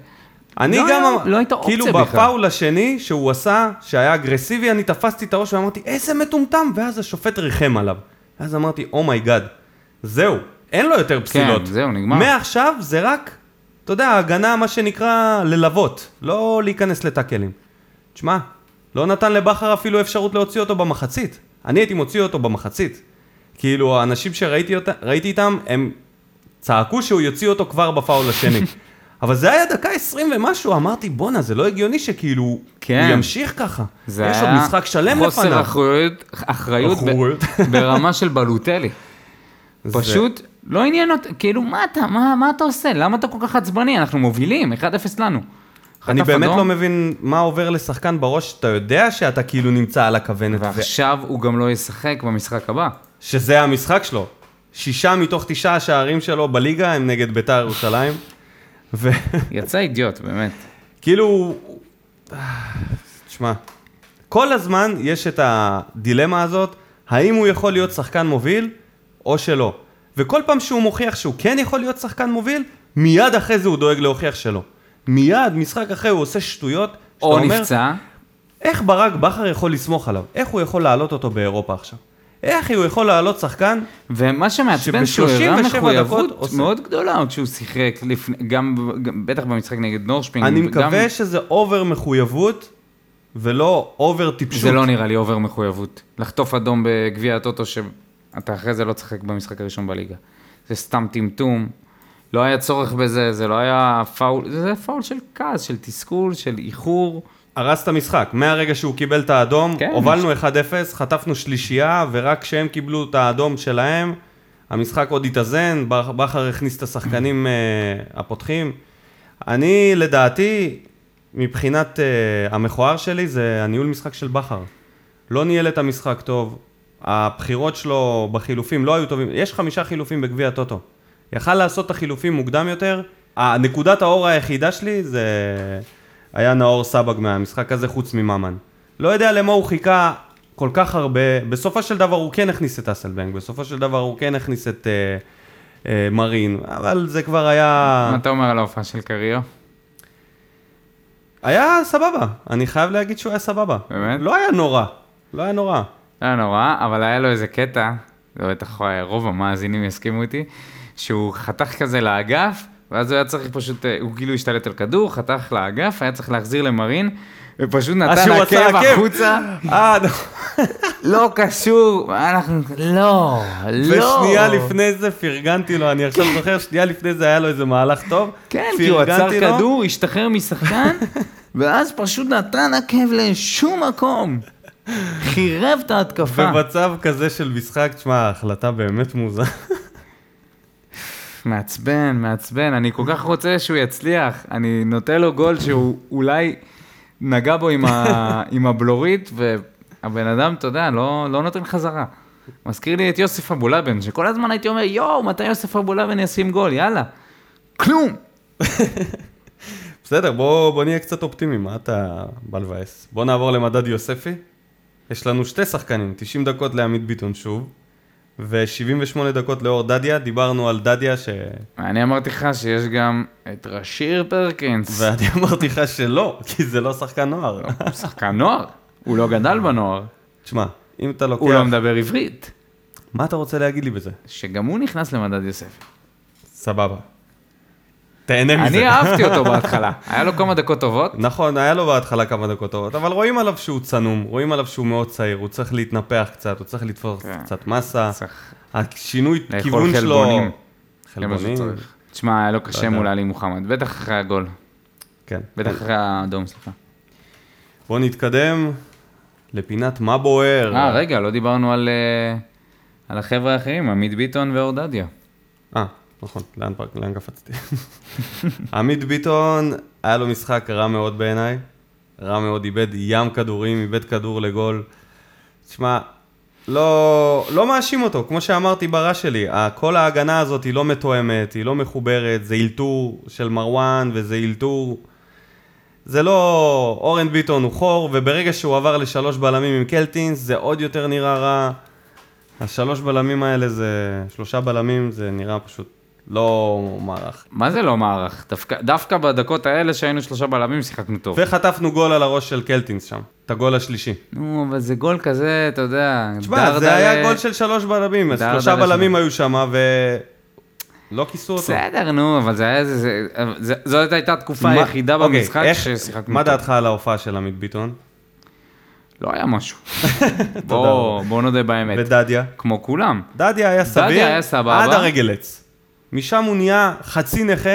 אני
לא
גם,
היה-
אמר-
לא הייתה
כאילו
אופציה בכלל.
בפאול השני שהוא עשה, שהיה אגרסיבי, אני תפסתי את הראש ואמרתי, איזה מטומטם, ואז השופט ריחם עליו. ואז אמרתי, אומייגאד, זהו, אין לו יותר פסילות.
כן, זהו, נגמר.
מעכשיו זה רק, אתה יודע, הגנה, מה שנקרא, ללוות, לא להיכנס לטאקלים. תשמע, לא נתן לבכר אפילו אפשרות להוציא אותו במחצית. אני הייתי מוציא אותו במחצית. כאילו, האנשים שראיתי אותה, ראיתי איתם, הם צעקו שהוא יוציא אותו כבר בפאול השני. אבל זה היה דקה 20 ומשהו, אמרתי, בואנה, זה לא הגיוני שכאילו,
כן.
הוא ימשיך ככה.
זה
יש
היה
עוד משחק שלם
חוסר
לפניו.
אחריות, אחריות ב-
אחריות.
ברמה של בלוטלי.
זה-
פשוט לא עניין אותי, כאילו, מה אתה, מה, מה אתה עושה? למה אתה כל כך עצבני? אנחנו מובילים, 1-0 לנו.
אני
חטף
באמת
אדום,
לא מבין מה עובר לשחקן בראש, שאתה יודע שאתה כאילו נמצא על הכוונת, ו-
ועכשיו הוא גם לא ישחק במשחק הבא.
שזה המשחק שלו. שישה מתוך תשעה השערים שלו בליגה הם נגד ביתר ירושלים, וכאילו,
יצא אידיוט, באמת.
הוא- כאילו, תשמע, כל הזמן יש את הדילמה הזאת, האם הוא יכול להיות שחקן מוביל או שלא. וכל פעם שהוא מוכיח שהוא כן יכול להיות שחקן מוביל, מיד אחרי זה הוא דואג להוכיח שלא. מיד, משחק אחרי, הוא עושה שטויות. שאתה
או
אומר,
נפצע,
איך ברק בכר יכול לסמוך עליו? איך הוא יכול להעלות אותו באירופה עכשיו? איך הוא יכול להעלות שחקן?
ומה שמעצבן שהוא הראה
שב-37 דקות
מחויבות
עושה.
מאוד גדולה עוד שהוא שיחק, לפני- גם גם- בטח במשחק נגד נורשפינג.
אני
גם-
מקווה שזה אובר מחויבות ולא אובר טיפשות.
זה לא נראה לי אובר מחויבות. לחטוף אדום בגביע הטוטו שאתה אחרי זה לא תשחק במשחק הראשון בליגה. זה סתם טמטום, לא היה צורך בזה, זה לא היה פאול, זה פאול של כעס, של תסכול, של איחור.
הרס את המשחק. מהרגע שהוא קיבל את האדום,
כן.
הובלנו 1-0, חטפנו שלישייה, ורק כשהם קיבלו את האדום שלהם, המשחק עוד התאזן, בר- בכר הכניס את השחקנים אה, הפותחים. אני, לדעתי, מבחינת אה, המכוער שלי, זה הניהול משחק של בכר. לא ניהל את המשחק טוב, הבחירות שלו בחילופים לא היו טובים, יש חמישה חילופים בגביע הטוטו. יכל לעשות את החילופים מוקדם יותר, נקודת האור היחידה שלי זה היה נאור סבג מהמשחק הזה חוץ מממן. לא יודע למה הוא חיכה כל כך הרבה, בסופו של דבר הוא כן הכניס את אסלבנק, בסופו של דבר הוא כן הכניס את אה, אה, מרין, אבל זה כבר היה...
מה אתה אומר על ההופעה של קריו?
היה סבבה, אני חייב להגיד שהוא היה סבבה.
באמת?
לא היה נורא, לא היה נורא.
לא היה נורא, אבל היה לו איזה קטע, לא בטח רוב המאזינים יסכימו איתי, שהוא חתך כזה לאגף, ואז הוא היה צריך פשוט, אה, הוא כאילו השתלט על כדור, חתך לאגף, היה צריך להחזיר למרין, ופשוט נתן
שהוא עשה
עקב
עקב.
החוצה,
אה, נכון.
לא קשור, אנחנו, לא, לא.
ושנייה לפני זה פרגנתי לו, אני עכשיו זוכר, שנייה לפני זה היה לו איזה מהלך טוב.
כן, כי הוא עצר
פרגנתי לו.
כדור, השתחרר משחקן, ואז פשוט נתן עקב לשום מקום. חירב את ההתקפה.
במצב כזה של משחק, תשמע, ההחלטה באמת מוזרה.
מעצבן, מעצבן, אני כל כך רוצה שהוא יצליח. אני נותן לו גול שהוא אולי נגע בו עם, ה... עם הבלורית, והבן אדם, אתה יודע, לא, לא נותן חזרה. מזכיר לי את יוסף אבולאבן, שכל הזמן הייתי אומר, יואו, מתי יוסף אבולאבן ישים גול, יאללה. כלום!
בסדר, בוא בוא נהיה קצת אופטימיים, מה אתה בא לבאס? בוא נעבור למדד יוספי. יש לנו שתי שחקנים, 90 דקות לעמית ביטון שוב, ו-78 דקות לאור דדיה, דיברנו על דדיה ש...
אני אמרתי לך שיש גם את רשיר פרקינס.
ואני אמרתי לך שלא, כי זה לא שחקן נוער.
הוא שחקן נוער, הוא לא גדל בנוער,
תשמע, אם אתה לוקח...
הוא לא מדבר עברית.
מה אתה רוצה להגיד לי בזה?
שגם הוא נכנס למדד יוסף.
סבבה. תהנה מזה.
אני אהבתי אותו בהתחלה, היה לו כמה דקות טובות.
נכון, היה לו בהתחלה כמה דקות טובות, אבל רואים עליו שהוא צנום, רואים עליו שהוא מאוד צעיר, הוא צריך להתנפח קצת, הוא צריך לתפוס
כן.
קצת מסה,
צריך
השינוי
לאכול
כיוון שלו...
חלבונים. זה מה
חלבונים,
שצריך. תשמע, היה לו
לא
קשה
יודע.
מול עלי מוחמד, בטח אחרי הגול,
כן.
בטח אחרי האדום, סליחה.
בואו נתקדם לפינת מה בוער.
אה, רגע, לא דיברנו על אה, על החבר'ה האחרים, עמית ביטון ואורדדיה.
אה, נכון, לאן, פר- לאן קפצתי? עמית ביטון, היה לו משחק רע מאוד בעיניי. רע מאוד, איבד ים כדורים, איבד כדור לגול. תשמע, לא, לא מאשים אותו, כמו שאמרתי ברע שלי, ה- כל ההגנה הזאת היא לא מתואמת, היא לא מחוברת, זה אלתור של מרואן וזה אלתור... זה לא אורן ביטון הוא חור, וברגע שהוא עבר לשלוש בלמים עם קלטינס, זה עוד יותר נראה רע. השלוש בלמים האלה זה... שלושה בלמים זה נראה פשוט לא מערך.
מה זה לא מערך? דווקא- דווקא בדקות האלה שהיינו שלושה בלמים שיחקנו טוב.
וחטפנו גול על הראש של קלטינס שם, את הגול השלישי.
נו, אבל זה גול כזה, אתה יודע,
תשמע, זה
דרדלה-
היה גול של שלוש בלמים, אז
דר-
שלושה
דר-
בלמים היו שם, ולא כיסו אותו.
בסדר, נו, אבל זה היה איזה... זה- זה- זאת הייתה התקופה
מה-
היחידה
אוקיי,
במשחק
איך-
ששיחקנו.
מה
טוב.
דעתך על ההופעה של עמית ביטון?
לא היה משהו. בוא בוא נודה באמת.
ודדיה?
כמו כולם.
דדיה היה סביר,
היה סבבה.
עד הרגל עץ. משם הוא נהיה חצי נכה,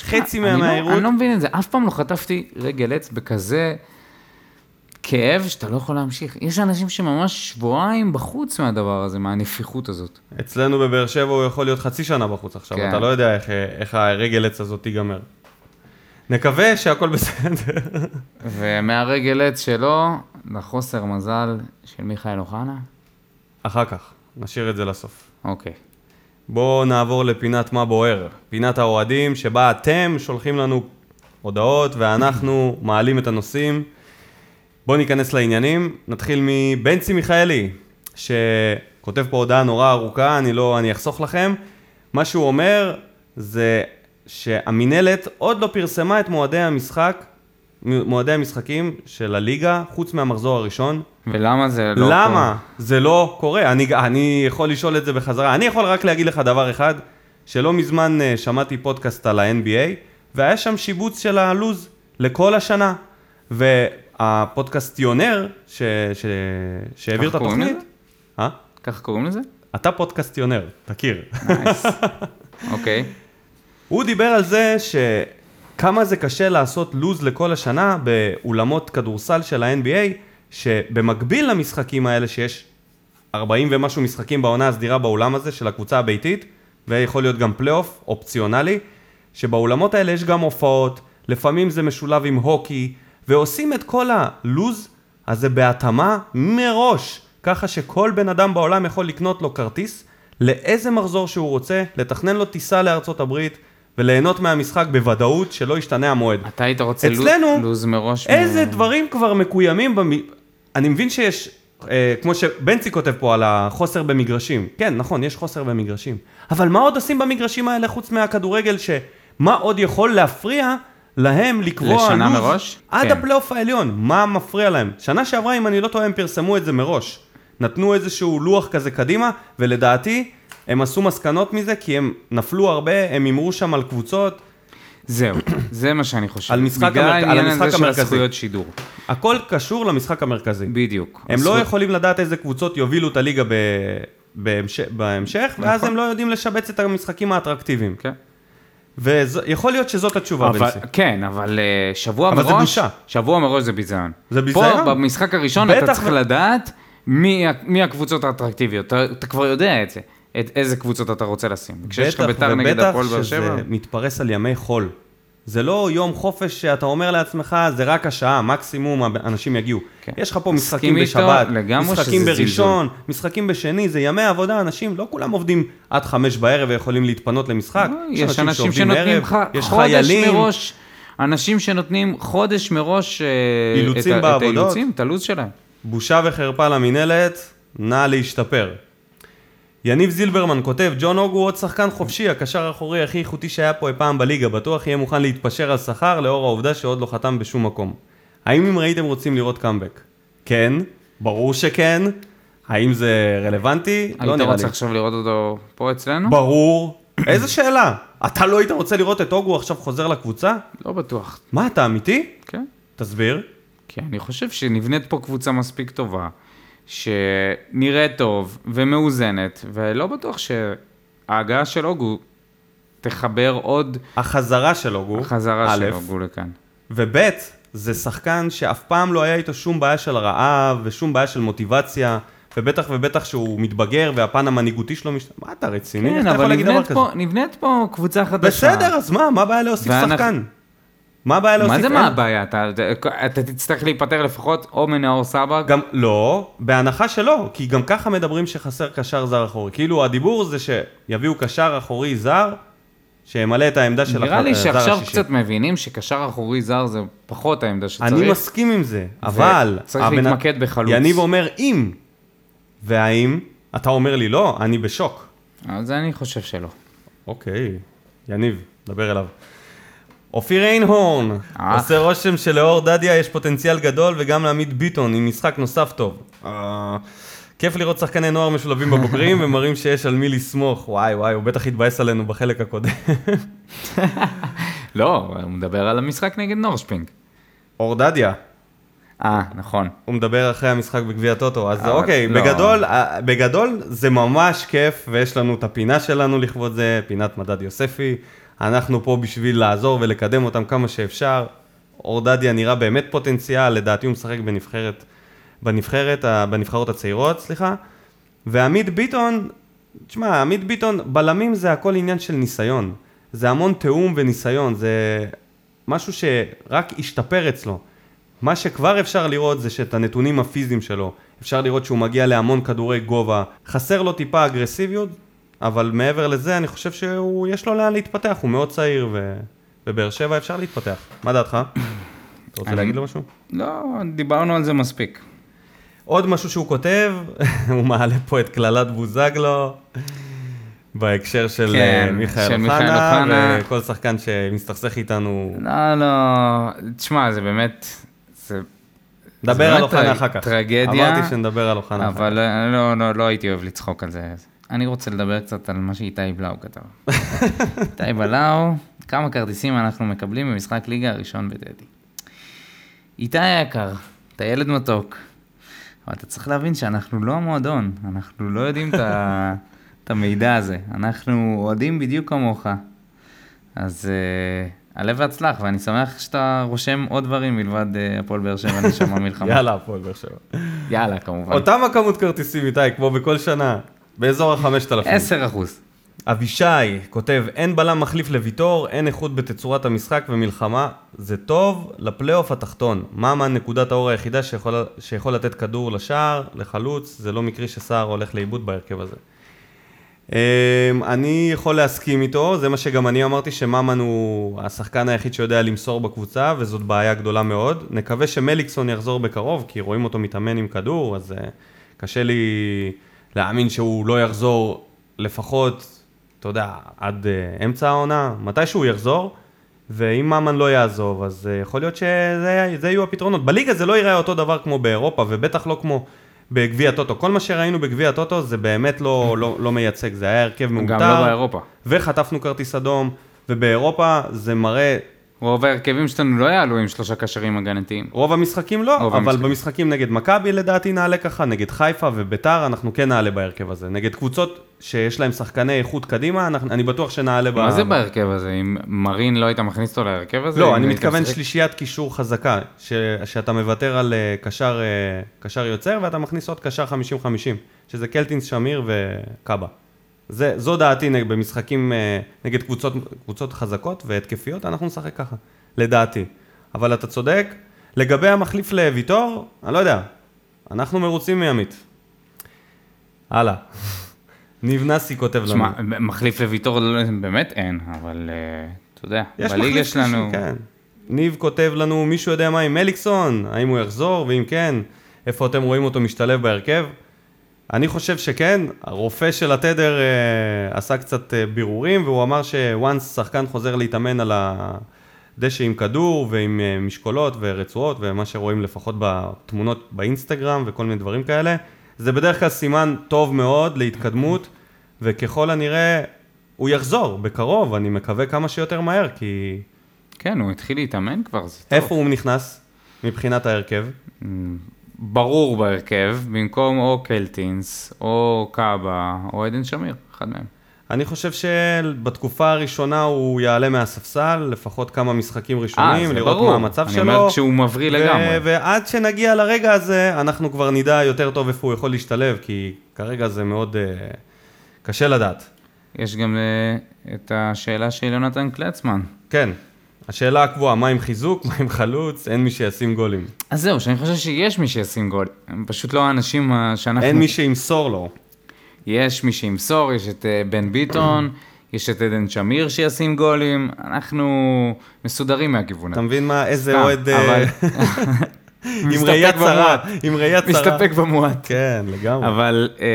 חצי
אני לא-
מהמהירות.
אני לא מבין את זה, אף פעם לא חטפתי רגל עץ בכזה כאב שאתה לא יכול להמשיך. יש אנשים שממש שבועיים בחוץ מהדבר הזה, מהנפיחות הזאת.
אצלנו בבאר שבע הוא יכול להיות חצי שנה בחוץ עכשיו,
כן.
אתה לא יודע איך, איך הרגל עץ הזאת תיגמר. נקווה שהכל בסדר.
ומהרגל עץ שלו, לחוסר מזל של מיכאל אוחנה,
אחר כך, נשאיר את זה לסוף.
אוקיי.
בואו נעבור לפינת מה בוער, פינת האוהדים, שבה אתם שולחים לנו הודעות ואנחנו מעלים את הנושאים. בואו ניכנס לעניינים, נתחיל מבנצי מיכאלי, שכותב פה הודעה נורא ארוכה, אני לא, אני אחסוך לכם. מה שהוא אומר זה שהמינהלת עוד לא פרסמה את מועדי המשחק, מועדי המשחקים של הליגה, חוץ מהמחזור הראשון,
ולמה זה לא...
למה זה לא קורה? אני, אני יכול לשאול את זה בחזרה. אני יכול רק להגיד לך דבר אחד, שלא מזמן אה, שמעתי פודקאסט על ה-NBA, והיה שם שיבוץ של הלו"ז לכל השנה. והפודקאסטיונר ש, ש, שהעביר את
ככה קוראים
התוכנית...
לזה?
אה?
קורה? ככה קוראים לזה?
אתה פודקאסטיונר, תכיר.
נייס. אוקיי.
הוא דיבר על זה שכמה זה קשה לעשות לוז לכל השנה באולמות כדורסל של ה-NBA, שבמקביל למשחקים האלה שיש 40 ומשהו משחקים בעונה הסדירה באולם הזה של הקבוצה הביתית, ויכול להיות גם פלייאוף אופציונלי, שבאולמות האלה יש גם הופעות, לפעמים זה משולב עם הוקי, ועושים את כל הלוז הזה בהתאמה מראש, ככה שכל בן אדם בעולם יכול לקנות לו כרטיס לאיזה מחזור שהוא רוצה, לתכנן לו טיסה לארצות הברית, וליהנות מהמשחק בוודאות שלא ישתנה המועד.
אתה היית רוצה לוז-
אצלנו,
לוז מראש? מ-
איזה דברים כבר מקוימים במ... אני מבין שיש, אה, כמו שבנצי כותב פה על החוסר במגרשים. כן, נכון, יש חוסר במגרשים. אבל מה עוד עושים במגרשים האלה חוץ מהכדורגל, שמה עוד יכול להפריע להם לקבוע
לשנה
לוז
מראש?
עד
כן.
הפלייאוף העליון, מה מפריע להם? שנה שעברה, אם אני לא טועה, הם פרסמו את זה מראש. נתנו איזשהו לוח כזה קדימה, ולדעתי, הם עשו מסקנות מזה, כי הם נפלו הרבה, הם הימרו שם על קבוצות,
זהו, זה מה שאני חושב.
על משחק
בגלל
המר- על
העניין הזה
המשחק
של
המרכזי.
הזכויות שידור.
הכל קשור למשחק המרכזי.
בדיוק.
הם לא
הזכויות-
יכולים לדעת איזה קבוצות יובילו את הליגה ב... בהמשך, בהמשך ואז הם לא יודעים לשבץ את המשחקים האטרקטיביים.
נכון. כן.
ויכול להיות שזאת התשובה,
אבל-
בנסי.
כן, אבל אה, שבוע
אבל
מראש,
זה בושה.
שבוע מראש זה ביזיון.
זה ביזיון.
פה במשחק הראשון
בטח
אתה צריך
ו-
לדעת מי ה- מי הקבוצות האטרקטיביות, אתה- אתה כבר יודע את זה, את איזה קבוצות אתה רוצה לשים. כשיש לך ביתר נגד הפועל באר שבע,
ובטח שזה מתפרס על ימי חול. זה לא יום חופש שאתה אומר לעצמך, זה רק השעה, מקסימום האנשים יגיעו.
כן.
יש לך פה משחקים
מסכים איתו
בשבת,
לגמרי
משחקים
שזה
בראשון, משחקים בשני, זה ימי עבודה, אנשים לא כולם עובדים עד חמש בערב ויכולים להתפנות למשחק.
אה, יש אנשים
שעובדים
שנותנים
ערב,
לך
יש
חודש
חיילים.
מראש, אנשים שנותנים חודש מראש אה,
אילוצים
את ה- את
בעבודות.
האילוצים, את הלו"ז שלהם.
בושה וחרפה למינהלת, נא להשתפר. יניב זילברמן כותב, ג'ון הוג הוא עוד שחקן חופשי, הקשר האחורי הכי איכותי שהיה פה אי פעם בליגה, בטוח יהיה מוכן להתפשר על שכר לאור העובדה שעוד לא חתם בשום מקום. האם אם ראיתם רוצים לראות קאמבק? כן, ברור שכן. האם זה רלוונטי? לא
היית
נראה לי.
רוצה עכשיו לראות אותו פה אצלנו?
ברור. איזה שאלה? אתה לא היית רוצה לראות את הוגו עכשיו חוזר לקבוצה?
לא בטוח,
מה, אתה אמיתי?
כן.
תסביר.
כי אני חושב שנבנית פה קבוצה מספיק טובה, שנראית טוב ומאוזנת, ולא בטוח שההגעה של אוגו תחבר עוד
החזרה של הוגו,
חזרה של
א',
אוגו לכאן.
וב' זה שחקן שאף פעם לא היה איתו שום בעיה של רעב ושום בעיה של מוטיבציה, ובטח ובטח שהוא מתבגר והפן המנהיגותי שלו משתנה. מה אתה רציני? איך
כן,
אתה יכול
אבל
להגיד דבר
נבנית
כזה?
פה, נבנית פה קבוצה חדשה.
בסדר, אז מה? מה הבעיה להוסיף
ואנחנו-
שחקן? מה הבעיה להוסיף?
מה זה
אין-
מה הבעיה? אתה, אתה- אתה תצטרך להיפטר לפחות או מנאור סבג.
גם לא, בהנחה שלא, כי גם ככה מדברים שחסר קשר זר אחורי. כאילו הדיבור זה שיביאו קשר אחורי זר, שימלא את העמדה של
נראה
הח-
לי
הזר
שעכשיו
השישי.
קצת מבינים שקשר אחורי זר זה פחות העמדה שצריך.
אני מסכים עם זה, אבל...
צריך להתמקד בחלוץ.
יניב אומר אם, והאם, אתה אומר לי לא, אני בשוק.
אז אני חושב שלא.
אוקיי, יניב, דבר אליו. אופיר איינהורן,
אה.
עושה רושם שלאור דדיה יש פוטנציאל גדול וגם לעמית ביטון עם משחק נוסף טוב. אה, כיף לראות שחקני נוער משולבים בבוגרים ומראים שיש על מי לסמוך. וואי וואי, הוא בטח התבאס עלינו בחלק הקודם.
לא, הוא מדבר על המשחק נגד נורשפינג.
אור דדיה,
אה, נכון.
הוא מדבר אחרי המשחק בגביע טוטו, אז
אבל
אוקיי,
לא.
בגדול, אה, בגדול זה ממש כיף, ויש לנו את הפינה שלנו לכבוד זה, פינת מדד יוספי. אנחנו פה בשביל לעזור ולקדם אותם כמה שאפשר. אורדדיה נראה באמת פוטנציאל, לדעתי הוא משחק בנבחרת, בנבחרת, ה- בנבחרות הצעירות, סליחה. ועמית ביטון, תשמע, עמית ביטון, בלמים זה הכל עניין של ניסיון. זה המון תיאום וניסיון, זה משהו שרק השתפר אצלו. מה שכבר אפשר לראות זה שאת הנתונים הפיזיים שלו, אפשר לראות שהוא מגיע להמון כדורי גובה, חסר לו טיפה אגרסיביות, אבל מעבר לזה אני חושב שיש לו לאן להתפתח, הוא מאוד צעיר ו... בבאר שבע אפשר להתפתח. מה דעתך? אתה רוצה
אני-
להגיד לו משהו?
לא, דיברנו על זה מספיק.
עוד משהו שהוא כותב, הוא מעלה פה את קללת בוזגלו, בהקשר של
כן,
אה, מיכאל
של מיכאל
אוחנה,
אוחנה.
וכל שחקן שמסתכסך איתנו,
לא, לא, תשמע, זה באמת, זה,
נדבר
באמת
על אוחנה
טרג-
אחר כך.
טרגדיה.
אמרתי שנדבר על אוחנה אחר כך.
אבל אה, לא, לא, לא הייתי אוהב לצחוק על זה. אני רוצה לדבר קצת על מה שאיתי בלאו כתב. איתי בלאו, כמה כרטיסים אנחנו מקבלים במשחק ליגה הראשון בטדי. איתי היקר, אתה ילד מתוק, אבל אתה צריך להבין שאנחנו לא המועדון, אנחנו לא יודעים את ה- את המידע הזה, אנחנו אוהדים בדיוק כמוך. אז אה, הלב והצלח, ואני שמח שאתה רושם עוד דברים מלבד אה, הפועל באר שבע, נשמה מלחמה.
יאללה, הפועל באר שבע.
יאללה, כמובן.
אותם הכמות כרטיסים איתי, כמו בכל שנה, באזור ה-5,000.
10 אחוז.
אבישי כותב, אין בלם מחליף לוויטור, אין איכות בתצורת המשחק ומלחמה, זה טוב לפלייאוף התחתון. מאמן נקודת האור היחידה שיכול, שיכול לתת כדור לשער, לחלוץ, זה לא מקרי שסער הולך לאיבוד בהרכב הזה. אמ, אני יכול להסכים איתו, זה מה שגם אני אמרתי, שממן הוא השחקן היחיד שיודע למסור בקבוצה, וזאת בעיה גדולה מאוד. נקווה שמליקסון יחזור בקרוב, כי רואים אותו מתאמן עם כדור, אז אה, קשה לי להאמין שהוא לא יחזור לפחות, אתה יודע, עד אה, אמצע העונה, מתי שהוא יחזור, ואם ממן לא יעזוב, אז אה, יכול להיות שזה זה יהיו הפתרונות. בליגה זה לא ייראה אותו דבר כמו באירופה, ובטח לא כמו... בגביע הטוטו, כל מה שראינו בגביע הטוטו זה באמת לא, לא, לא מייצג, זה היה הרכב מעוטר.
גם לא באירופה.
וחטפנו כרטיס אדום, ובאירופה זה מראה,
רוב ההרכבים שלנו לא יעלו עם שלושה קשרים הגנתיים.
רוב המשחקים לא, רוב
רוב
אבל המשחקים.
המשחקים.
במשחקים נגד מכבי לדעתי נעלה ככה, נגד חיפה וביתר אנחנו כן נעלה בהרכב הזה. נגד קבוצות שיש להם שחקני איכות קדימה, אנחנו, אני בטוח שנעלה ב...
מה זה בהרכב הזה? אם מרין לא היית מכניס אותו להרכב הזה?
לא,
אם
אני
היית
מתכוון
משחק?
שלישיית קישור חזקה, ש... שאתה מוותר על אה, קשר, אה, קשר יוצר ואתה מכניס עוד קשר 50-50, שזה קלטינס, שמיר וקאבה. זה, זו דעתי נג, במשחקים אה, נגד קבוצות, קבוצות חזקות והתקפיות, אנחנו נשחק ככה, לדעתי. אבל אתה צודק, לגבי המחליף לויטור, אני לא יודע, אנחנו מרוצים מעמית. הלאה. ניב נאסי כותב לנו.
שמע, מחליף לוויטור לא- באמת אין, אבל אה, אתה יודע,
יש
בליגה
מחליף
שלנו...
שלישי, כן. ניב כותב לנו, מישהו יודע מה עם אליקסון? האם הוא יחזור? ואם כן, איפה אתם רואים אותו משתלב בהרכב? אני חושב שכן, הרופא של התדר אה, עשה קצת אה, בירורים, והוא אמר שוואנס שחקן חוזר להתאמן על הדשא עם כדור ועם אה, משקולות ורצועות, ומה שרואים לפחות בתמונות באינסטגרם וכל מיני דברים כאלה, זה בדרך כלל סימן טוב מאוד להתקדמות, וככל הנראה הוא יחזור בקרוב, אני מקווה כמה שיותר מהר, כי
כן, הוא התחיל להתאמן כבר, זה טוב.
איפה הוא נכנס מבחינת ההרכב?
ברור בהרכב, במקום או קלטינס, או קאבה, או עדן שמיר, אחד מהם. אה,
אני חושב שבתקופה הראשונה הוא יעלה מהספסל, לפחות כמה משחקים
אה,
ראשונים,
זה
לראות
ברור.
מה המצב שלו.
אני אומר כשהוא מבריא לגמרי.
ו- ועד שנגיע לרגע הזה, אנחנו כבר נדע יותר טוב איפה הוא יכול להשתלב, כי כרגע זה מאוד אה, קשה לדעת.
יש גם אה, את השאלה של יונתן קלצמן.
כן, השאלה הקבועה, מה עם חיזוק, מה עם חלוץ, אין מי שישים גולים.
אז זהו, שאני חושב שיש מי שישים גול. הם פשוט לא האנשים אה, שאנחנו...
אין מי שימסור לו.
יש מי שימסור, יש את אה, בן ביטון, יש את עדן שמיר שישים גולים, אנחנו מסודרים מהכיוון
אתה
הזה.
מבין מה, איזה
סתם,
אוהד... אה,
אבל-
עם ראייה
מסתפק
צרה,
במועט.
עם ראייה צרה.
מסתפק במועט.
כן, לגמרי.
אבל אה,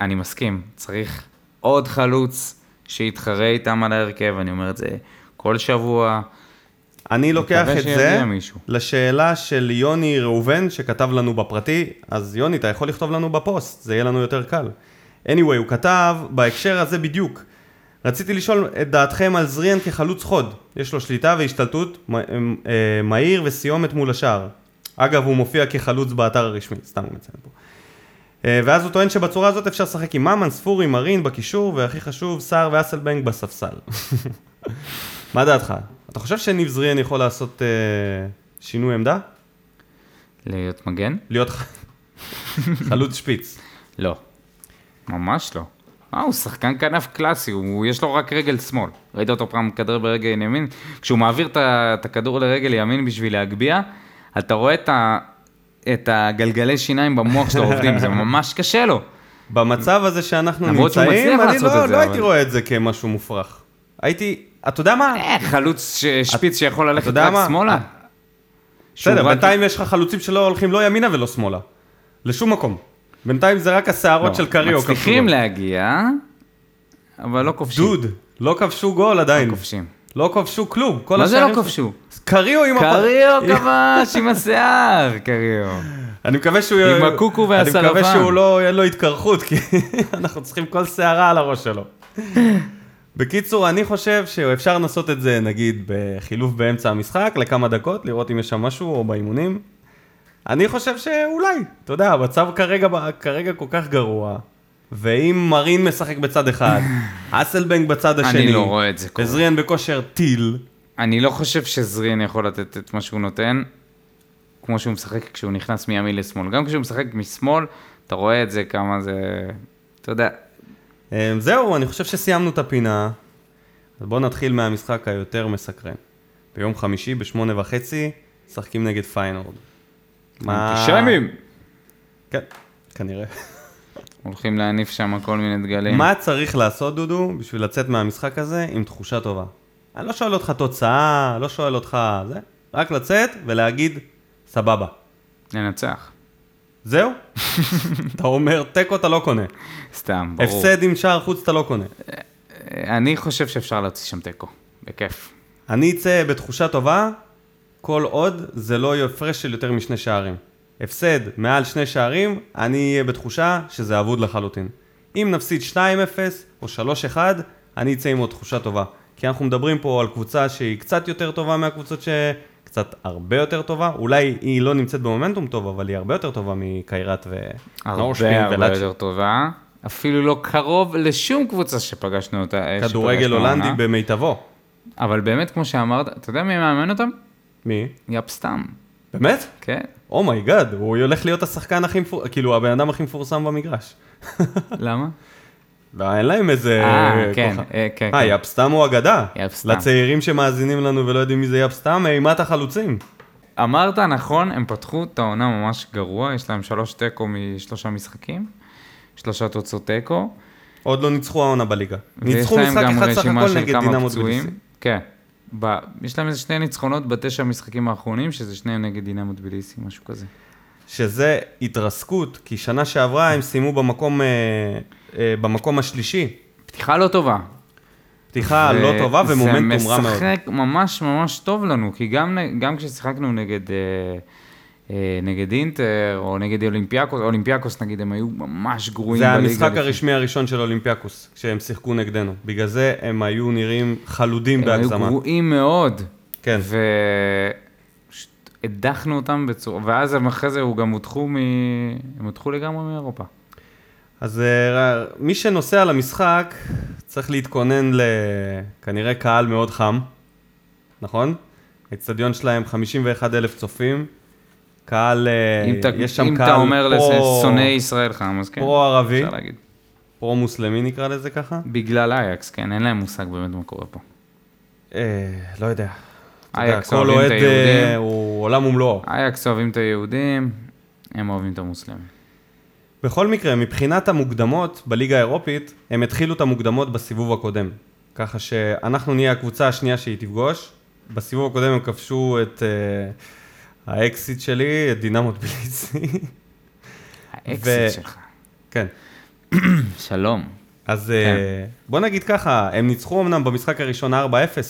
אני מסכים, צריך עוד חלוץ שיתחרה איתם על ההרכב, אני אומר את זה כל שבוע.
אני לוקח
מקווה
את
שיגיע
זה
מישהו.
לשאלה של יוני ראובן, שכתב לנו בפרטי, אז יוני, אתה יכול לכתוב לנו בפוסט, זה יהיה לנו יותר קל. anyway, הוא כתב, בהקשר הזה בדיוק, רציתי לשאול את דעתכם על זריאן כחלוץ חוד, יש לו שליטה והשתלטות, מ- אה, אה, מהיר וסיומת מול השער. אגב, הוא מופיע כחלוץ באתר הרשמי, סתם הוא מציין פה. אה, ואז הוא טוען שבצורה הזאת אפשר לשחק עם ממן, ספורי, מרין בקישור, והכי חשוב, סער ואסלבנג בספסל. מה דעתך? אתה חושב שניב זריאן יכול לעשות אה, שינוי עמדה?
להיות מגן?
להיות ח- חלוץ שפיץ.
לא. ממש לא. אה, הוא שחקן כנף קלאסי, הוא, יש לו רק רגל שמאל. ראית אותו פעם מכדרר ברגל ימין? כשהוא מעביר את ה- את הכדור לרגל ימין בשביל להגביה, אתה רואה את, ה, את הגלגלי שיניים במוח שלו עובדים, זה ממש קשה לו.
במצב הזה שאנחנו
למרות שהוא
נמצאים,
מצליח
אני
לעשות
לא,
את זה,
לא
אבל-
הייתי רואה את זה כמשהו מופרך. הייתי, אתה יודע מה?
אה, חלוץ ש, שפיץ שיכול ללכת
יודע
רק
מה? אה,
שמאלה. שהוא
בסדר,
רק-
בינתיים יש לך חלוצים שלא הולכים לא ימינה ולא שמאלה. לשום מקום. בינתיים זה רק
לא,
השערות של קריו.
מצליחים
כבשו גול.
להגיע, אבל לא כובשים.
דוד, לא כבשו גול עדיין.
כובשים.
לא כבשו כלום. כל
מה זה
השערים
לא
שלו-
כובשו?
קריו עם הפ-
קריו כבש עם השיער, קריו.
אני מקווה שהוא...
עם הקוקו
אני מקווה
והסרבן.
שהוא לא, אין לו התקרחות, כי אנחנו צריכים כל שערה על הראש שלו. בקיצור, אני חושב שאפשר לנסות את זה, נגיד, בחילוף באמצע המשחק, לכמה דקות, לראות אם יש שם משהו, או באימונים. אני חושב שאולי, אתה יודע, המצב כרגע, כרגע כל כך גרוע, ואם מרין משחק בצד אחד, אסלבנג בצד
אני
השני,
לא רואה את זה קורה.
עזריאן בכושר טיל,
אני לא חושב שזרין יכול לתת את מה שהוא נותן, כמו שהוא משחק כשהוא נכנס מימין לשמאל. גם כשהוא משחק משמאל, אתה רואה את זה כמה זה... אתה יודע,
אמ, זהו, אני חושב שסיימנו את הפינה. אז בואו נתחיל מהמשחק היותר מסקרן. ביום חמישי בשמונה וחצי, משחקים נגד פיינורד. מה-
אנטישמים! כן.
כן, כנראה.
הולכים להניף שם כל מיני דגלים.
מה צריך לעשות, דודו, בשביל לצאת מהמשחק הזה עם תחושה טובה? אני לא שואל אותך תוצאה, לא שואל אותך זה, רק לצאת ולהגיד, סבבה.
לנצח.
זהו? אתה אומר, תיקו אתה לא קונה.
סתם, ברור.
הפסד עם שער חוץ אתה לא קונה.
אני חושב שאפשר להוציא שם תיקו. בכיף.
אני אצא בתחושה טובה, כל עוד זה לא יהיה הפרש של יותר משני שערים. הפסד מעל שני שערים, אני אהיה בתחושה שזה אבוד לחלוטין. אם נפסיד 2-0 או 3-1, אני אצא עם עוד תחושה טובה. כי אנחנו מדברים פה על קבוצה שהיא קצת יותר טובה מהקבוצות ש... קצת הרבה יותר טובה, אולי היא לא נמצאת במומנטום טוב, אבל היא הרבה יותר טובה מקיירת
אה,
ונורשפין
הרבה הרבה
ולאצ'י.
לא יותר טובה. אפילו לא קרוב לשום קבוצה שפגשנו אותה.
כדורגל
שפגשנו
הולנדי
העונה.
במיטבו.
אבל באמת, כמו שאמרת, אתה יודע מי מאמן אותם?
מי?
יאפ סתם.
באמת?
כן.
אומייגאד, Oh הוא הולך להיות השחקן הכי מפורסם, כאילו הבן אדם הכי מפורסם במגרש.
למה?
לא, אין להם איזה...
אה, כן,
כוכב.
אה, כן,
אה,
כן.
יפסטם הוא אגדה.
יפסטם.
לצעירים שמאזינים לנו ולא יודעים מי זה יפסטם, אימת החלוצים.
אמרת נכון, הם פתחו את העונה ממש גרוע, יש להם שלוש תיקו משלושה משחקים, שלושה תוצאות תיקו.
עוד לא ניצחו העונה בליגה.
ויש
ניצחו
להם
משחק
גם
אחד סך
רשימה
הכל
של
נגד
כמה
דינמו
פצועים.
טביליסי.
כן. ב... יש להם איזה שני ניצחונות בתשע המשחקים האחרונים, שזה שניהם נגד דינמו טביליסי, משהו כזה.
שזה התרסקות, כי שנה שעברה הם סיימו במקום, אה, אה, במקום השלישי.
פתיחה לא טובה.
פתיחה
ו-
לא טובה ומומנטום רע
זה
מאוד.
משחק ממש ממש טוב לנו, כי גם, נ- גם כששיחקנו נגד, אה, אה, נגד אינטר, או נגד אולימפיאקוס, אולימפיאקוס נגיד, הם היו ממש גרועים
זה
בליגה
המשחק
לפני.
הרשמי הראשון של אולימפיאקוס, כשהם שיחקו נגדנו. בגלל זה הם היו נראים חלודים
הם היו
בהגזמה.
גרועים מאוד.
כן.
ו... פשוט הדחנו אותם בצורה, ואז הם אחרי זה הוא גם הודחו מ... הם הודחו לגמרי מאירופה.
אז אה, ר- מי שנוסע למשחק צריך להתכונן לכנראה קהל מאוד חם, נכון? האצטדיון שלהם 51 אלף צופים, קהל, אה,
אם, אתה,
יש שם
אם
קהל
אתה אומר לזה
פרו-
שונא ישראל חם, אז כן.
פרו-ערבי.
אפשר להגיד.
פרו-מוסלמי נקרא לזה ככה?
בגלל אייקס, כן, אין להם מושג באמת מה קורה פה.
אה, לא יודע. אתה יודע,
אייקס
כל
אוהבים את
אוהד אה,
היהודים.
הוא עולם ומלואו.
אייקס אוהבים את היהודים, הם אוהבים את המוסלמים.
בכל מקרה, מבחינת המוקדמות בליגה האירופית, הם התחילו את המוקדמות בסיבוב הקודם. ככה שאנחנו נהיה הקבוצה השנייה שהיא תפגוש. בסיבוב הקודם הם כבשו את uh, האקסיט שלי, את דינמוט בליסי.
האקסיט שלך.
כן.
שלום.
אז כן. בוא נגיד ככה, הם ניצחו אמנם במשחק הראשון 4-0,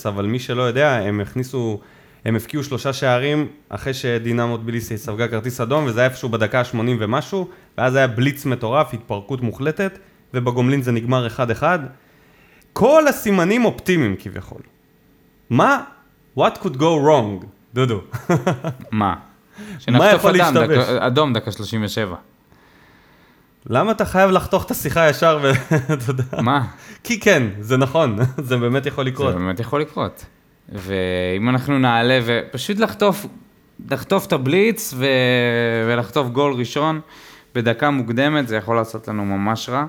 אבל מי שלא יודע, הם הכניסו, הם הבקיעו שלושה שערים אחרי שדינמוט ביליסי ספגה כרטיס אדום, וזה היה איפשהו בדקה ה-80 ומשהו, ואז היה בליץ מטורף, התפרקות מוחלטת, ובגומלין זה נגמר 1-1. כל הסימנים אופטימיים כביכול. מה? What could go wrong, דודו.
מה? שנחטוף
יכול
אדם,
להשתבש?
דקה- אדום דקה 37.
למה אתה חייב לחתוך את השיחה ישר ו... אתה יודע.
מה?
כי כן, זה נכון, זה באמת יכול
זה
לקרות.
באמת יכול לקרות. ואם אנחנו נעלה ופשוט לחטוף, לחטוף את הבליץ ו... ולחטוף גול ראשון בדקה מוקדמת, זה יכול לעשות לנו ממש רע.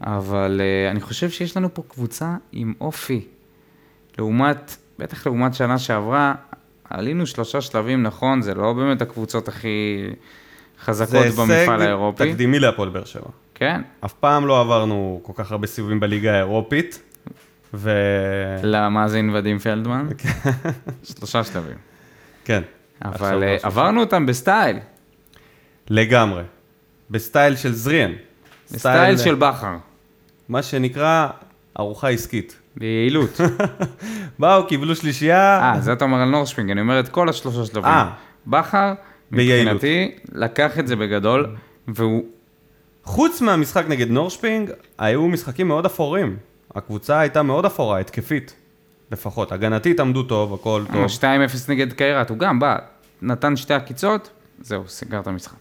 אבל אה, אני חושב שיש לנו פה קבוצה עם אופי. לעומת, בטח לעומת שנה שעברה, עלינו שלושה שלבים, נכון, זה לא באמת הקבוצות הכי חזקות במפעל האירופי.
תקדימי להפועל באר שבע.
כן,
אף פעם לא עברנו כל כך הרבה סיבובים בליגה האירופית, וכן,
למאזין ודים פלדמן, שלושה שלבים.
עכשיו
אבל אה,
משהו.
עברנו אותם בסטייל,
לגמרי. בסטייל של זריאן.
בסטייל של בכר,
מה שנקרא ארוחה עסקית.
ביעילות.
באו, קיבלו שלישייה,
אה, זה אתה אומר על נורשפינג, אני אומר את כל השלושה שלבים.
אה.
בכר,
ביעילות. Mm.
מבחינתי, לקח את זה בגדול, והוא
חוץ מהמשחק נגד נורשפינג, היו משחקים מאוד אפורים. הקבוצה הייתה מאוד אפורה, התקפית. לפחות. הגנתית עמדו טוב, הכל
הוא
טוב.
2-0 נגד קיירת, הוא גם בא, נתן שתי עקיצות, זהו, סגר את המשחק.